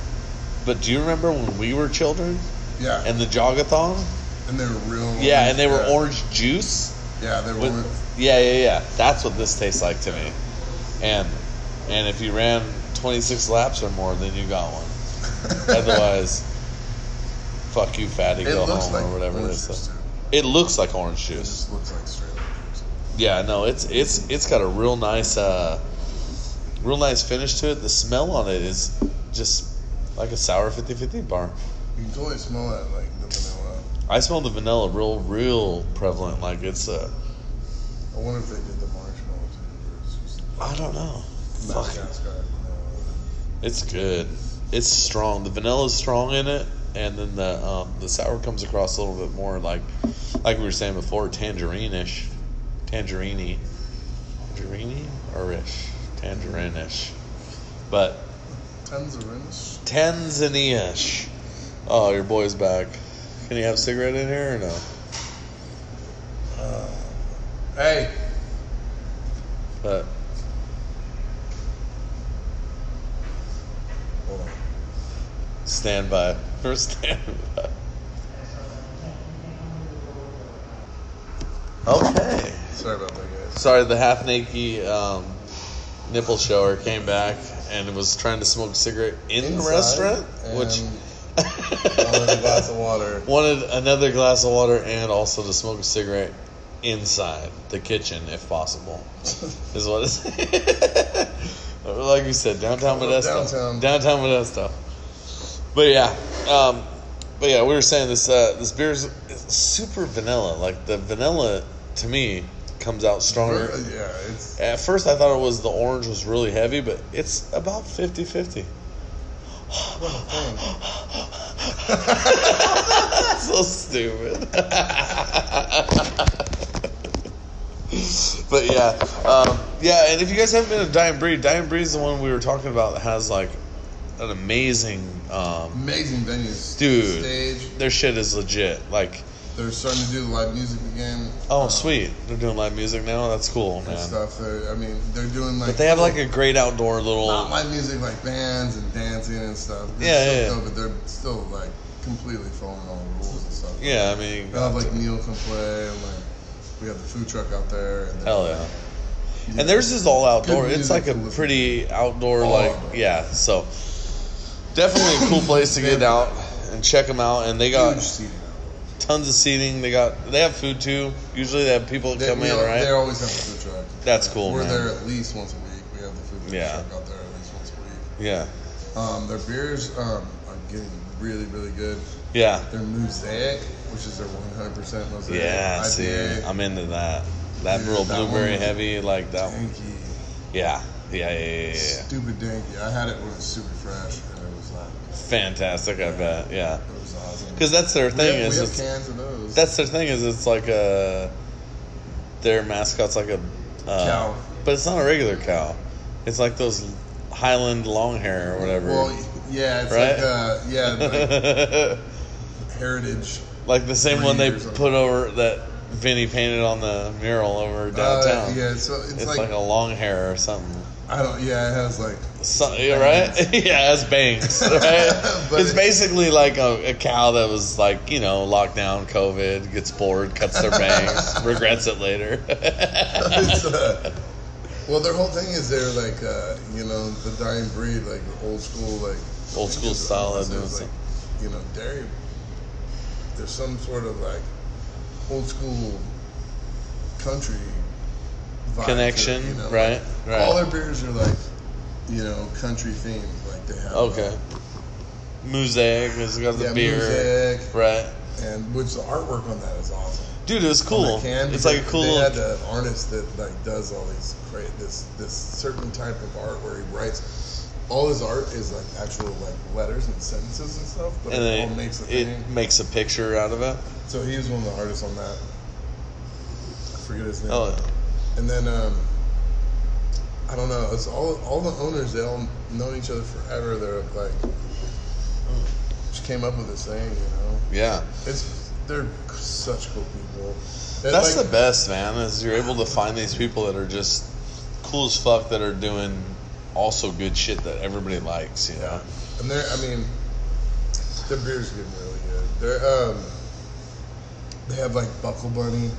Speaker 7: But do you remember when we were children
Speaker 8: Yeah. And,
Speaker 7: and the jogathon?
Speaker 8: they were real.
Speaker 7: Yeah, and they were
Speaker 8: yeah.
Speaker 7: orange juice.
Speaker 8: Yeah, they were.
Speaker 7: With,
Speaker 8: orange.
Speaker 7: yeah, yeah, yeah. That's what this tastes like to me. And and if you ran 26 laps or more, then you got one. Otherwise, fuck you, fatty,
Speaker 8: it
Speaker 7: go
Speaker 8: looks
Speaker 7: home
Speaker 8: like
Speaker 7: or whatever it
Speaker 8: orange
Speaker 7: is.
Speaker 8: juice, too.
Speaker 7: It looks like orange
Speaker 8: It
Speaker 7: juice.
Speaker 8: just looks like straight orange juice.
Speaker 7: Yeah, no, it's it's it's got a real nice uh real nice finish to it. The smell on it is just like a sour 50-50 bar.
Speaker 8: You can totally smell that, like the vanilla.
Speaker 7: I smell the vanilla real real prevalent like it's uh
Speaker 8: I wonder if they did the marshmallows. in it, or It's just
Speaker 7: I don't know. Ah, Fuck.
Speaker 8: Madagascar vanilla.
Speaker 7: It's good. It's strong. The vanilla's strong in it and then the um, the sour comes across a little bit more like like we were saying before tangerine-ish. Tangerine. Tangerine or ish. Tangerine-ish. But
Speaker 8: Tons of rinse.
Speaker 7: Tanzania. Oh, your boy's back. Can you have a cigarette in here or no?
Speaker 8: Hey,
Speaker 7: But
Speaker 8: hold on.
Speaker 7: stand by. First stand by. Okay.
Speaker 8: Sorry about that, guys.
Speaker 7: Sorry, the half naked um, nipple shower came back and was trying to smoke a cigarette in the
Speaker 8: Inside,
Speaker 7: restaurant,
Speaker 8: and
Speaker 7: which
Speaker 8: wanted a glass of water.
Speaker 7: wanted another glass of water and also to smoke a cigarette inside the kitchen if possible is what it's like we said downtown
Speaker 8: Well, downtown.
Speaker 7: modesto downtown modesto but yeah um but yeah we were saying this uh this beer is super vanilla like the vanilla to me comes out stronger
Speaker 8: Yeah, it's
Speaker 7: at first i thought it was the orange was really heavy but it's about 50 50 so stupid. but yeah, um, yeah, and if you guys haven't been to Dying Breed, Dying Breed is the one we were talking about that has like an amazing. Um,
Speaker 8: Amazing venues.
Speaker 7: Dude.
Speaker 8: Stage.
Speaker 7: their shit is legit. Like,
Speaker 8: They're starting to do live music again.
Speaker 7: oh
Speaker 8: um,
Speaker 7: sweet, they're doing live music now. That's cool,
Speaker 8: And
Speaker 7: man.
Speaker 8: stuff. They're, I mean, they're doing like.
Speaker 7: But they have like a great outdoor
Speaker 8: Not
Speaker 7: little.
Speaker 8: live music like bands and dancing and stuff. They're
Speaker 7: Yeah,
Speaker 8: still
Speaker 7: yeah, yeah.
Speaker 8: dope, but they're still like completely following all the rules and stuff.
Speaker 7: Yeah, I mean,
Speaker 8: They'll have like Neil can play and like we have the food truck out there. And then-
Speaker 7: hell yeah. And theirs is all outdoor.
Speaker 8: Good
Speaker 7: It's
Speaker 8: music
Speaker 7: like
Speaker 8: to
Speaker 7: a
Speaker 8: listen to.
Speaker 7: pretty outdoor,
Speaker 8: All
Speaker 7: like
Speaker 8: outdoor.
Speaker 7: yeah. So definitely a cool place to get out and check them out. And they got
Speaker 8: huge seating.
Speaker 7: tons of seating. They got they have food too. Usually they have people
Speaker 8: They,
Speaker 7: come
Speaker 8: we
Speaker 7: in,
Speaker 8: al- they
Speaker 7: right?
Speaker 8: always have a food truck.
Speaker 7: That's cool,
Speaker 8: We're
Speaker 7: man.
Speaker 8: there at least once a week. We have the food
Speaker 7: Yeah.
Speaker 8: truck out there at least once a week.
Speaker 7: Yeah,
Speaker 8: Um, their beers um, are getting really, really good.
Speaker 7: yeah,
Speaker 8: Their mosaic, which is their 100% mosaic.
Speaker 7: yeah. See,
Speaker 8: IPA,
Speaker 7: I'm into that. That
Speaker 8: Dude,
Speaker 7: real
Speaker 8: that one
Speaker 7: blueberry
Speaker 8: was
Speaker 7: heavy, like that. One.
Speaker 8: danky,
Speaker 7: Yeah, yeah, yeah, yeah, yeah, yeah.
Speaker 8: stupid danky. I had it when it was super fresh, and it was like,
Speaker 7: Fantastic, I bet. Yeah,
Speaker 8: it was awesome.
Speaker 7: because that's
Speaker 8: we
Speaker 7: their
Speaker 8: have,
Speaker 7: thing.
Speaker 8: we
Speaker 7: Is
Speaker 8: have
Speaker 7: it's,
Speaker 8: cans of those.
Speaker 7: that's their thing. Is it's like a their mascot's like a uh,
Speaker 8: Cow.
Speaker 7: but it's not a regular cow. It's like those Highland long hair or whatever.
Speaker 8: well, yeah, it's
Speaker 7: Right?
Speaker 8: like uh, yeah, like heritage.
Speaker 7: Like the same one they
Speaker 8: Breed or something.
Speaker 7: put over that Vinny painted on the mural over downtown.
Speaker 8: Uh, yeah, so it's,
Speaker 7: it's,
Speaker 8: like,
Speaker 7: like, a long hair or something.
Speaker 8: I don't. Yeah, it has like
Speaker 7: So, yeah, right? yeah, it's bangs. Right?
Speaker 8: But
Speaker 7: it's
Speaker 8: it-
Speaker 7: basically like a, a cow that was like you know locked down, COVID, gets bored, cuts their bangs, regrets it later.
Speaker 8: it's, uh, well, their whole thing is they're like, uh, you know, the dying breed, like the old school, like
Speaker 7: Old school style of doing
Speaker 8: There's, like, you know, dairy. There's some sort of like old school country vibe to it,
Speaker 7: Connection,
Speaker 8: you know?
Speaker 7: right?
Speaker 8: Like,
Speaker 7: Right.
Speaker 8: All their beers are like, you know, country themed. Like they have uh,
Speaker 7: okay. Mosaic has got the
Speaker 8: yeah,
Speaker 7: beer,
Speaker 8: music,
Speaker 7: right?
Speaker 8: and which the artwork on that is awesome.
Speaker 7: Dude, it was cool.
Speaker 8: on the can,
Speaker 7: It's
Speaker 8: because
Speaker 7: like a cool.
Speaker 8: They had
Speaker 7: Little,
Speaker 8: an artist that like does all these create this this certain type of art where he writes. All his art is like actual like letters and sentences and stuff, but
Speaker 7: and
Speaker 8: it
Speaker 7: then
Speaker 8: all makes a
Speaker 7: it
Speaker 8: thing.
Speaker 7: makes a picture out of it.
Speaker 8: So he was one of the artists on that. I forget his name.
Speaker 7: Oh,
Speaker 8: And then um, I don't know. It's all all the owners. They all known each other forever. They're like,
Speaker 7: Hmm.
Speaker 8: just came up with this thing, you know.
Speaker 7: yeah.
Speaker 8: It's they're such cool people. They're,
Speaker 7: That's
Speaker 8: like,
Speaker 7: the best, man. Is you're able to find these people that are just cool as fuck that are doing also good shit that everybody likes. You know.
Speaker 8: And they're, I mean, their beer's getting really good. They're, um, they have like Buckle Bunny,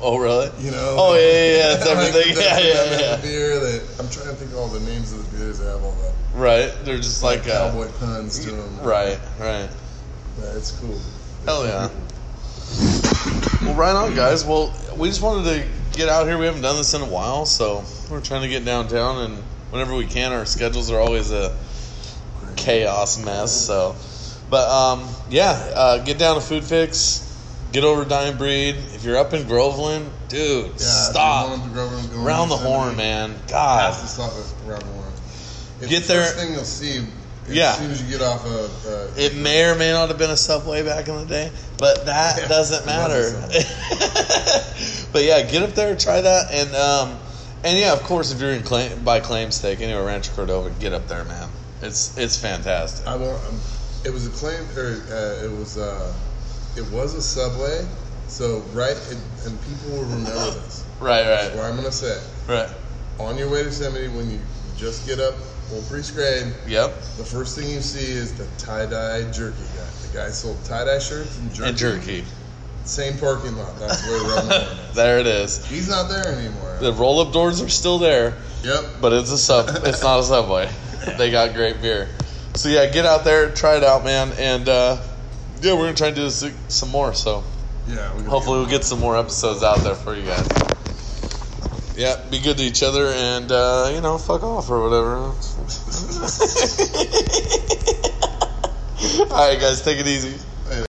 Speaker 7: Oh really?
Speaker 8: you know?
Speaker 7: Oh yeah, yeah, yeah. That's
Speaker 8: Like,
Speaker 7: everything.
Speaker 8: that's
Speaker 7: yeah,
Speaker 8: what
Speaker 7: yeah,
Speaker 8: they have in
Speaker 7: yeah.
Speaker 8: the Beer that I'm trying to think of all the names of the beers that have all the
Speaker 7: Right. They're just like, uh,
Speaker 8: cowboy puns to them.
Speaker 7: right, right.
Speaker 8: Yeah, it's cool.
Speaker 7: Hell yeah. Well, right on, guys. Well, we just wanted to get out here. We haven't done this in a while, so we're trying to get downtown, and whenever we can, our schedules are always a chaos mess. So, but um, yeah, uh, get down to Food Fix, get over to Dying Breed. If you're up in Groveland, dude,
Speaker 8: Yeah,
Speaker 7: stop. Round
Speaker 8: Round
Speaker 7: the horn, man.
Speaker 8: Has to
Speaker 7: God.
Speaker 8: stop at Round the Horn. It's
Speaker 7: Get
Speaker 8: the
Speaker 7: there-
Speaker 8: First thing you'll see.
Speaker 7: Yeah.
Speaker 8: As soon as you get off of. Uh,
Speaker 7: It may or may not have been a subway back in the day, but that
Speaker 8: Yeah, it
Speaker 7: doesn't
Speaker 8: wasn't
Speaker 7: matter. but yeah, get up there, try that, and um, and yeah, of course, if you're in claim, by claim steak, anyway, Rancho Cordova, get up there, man. It's it's fantastic.
Speaker 8: I won't. Um, it was a claim, or uh, it was uh, it was a subway. So right, it, and people will remember this.
Speaker 7: Right,
Speaker 8: That's
Speaker 7: right,
Speaker 8: what I'm gonna say.
Speaker 7: right.
Speaker 8: On your way to Yosemite, when you just get up, well, pre-grade,
Speaker 7: Yep,
Speaker 8: the first thing you see is the tie-dye jerky guy. The guy sold tie-dye shirts and jerky.
Speaker 7: and jerky.
Speaker 8: Same parking lot. That's where Ron Warren is.
Speaker 7: there it is.
Speaker 8: He's not there anymore.
Speaker 7: The roll up doors are still there,
Speaker 8: Yep.
Speaker 7: but it's a sub. it's not a subway. They got great beer. So yeah, get out there, try it out, man, and uh, yeah, we're gonna try and do this some more. So.
Speaker 8: Yeah. We
Speaker 7: Hopefully, we'll get some more episodes out there for you guys. Yeah, be good to each other and, uh, you know, fuck off or whatever. All right, guys, take it easy.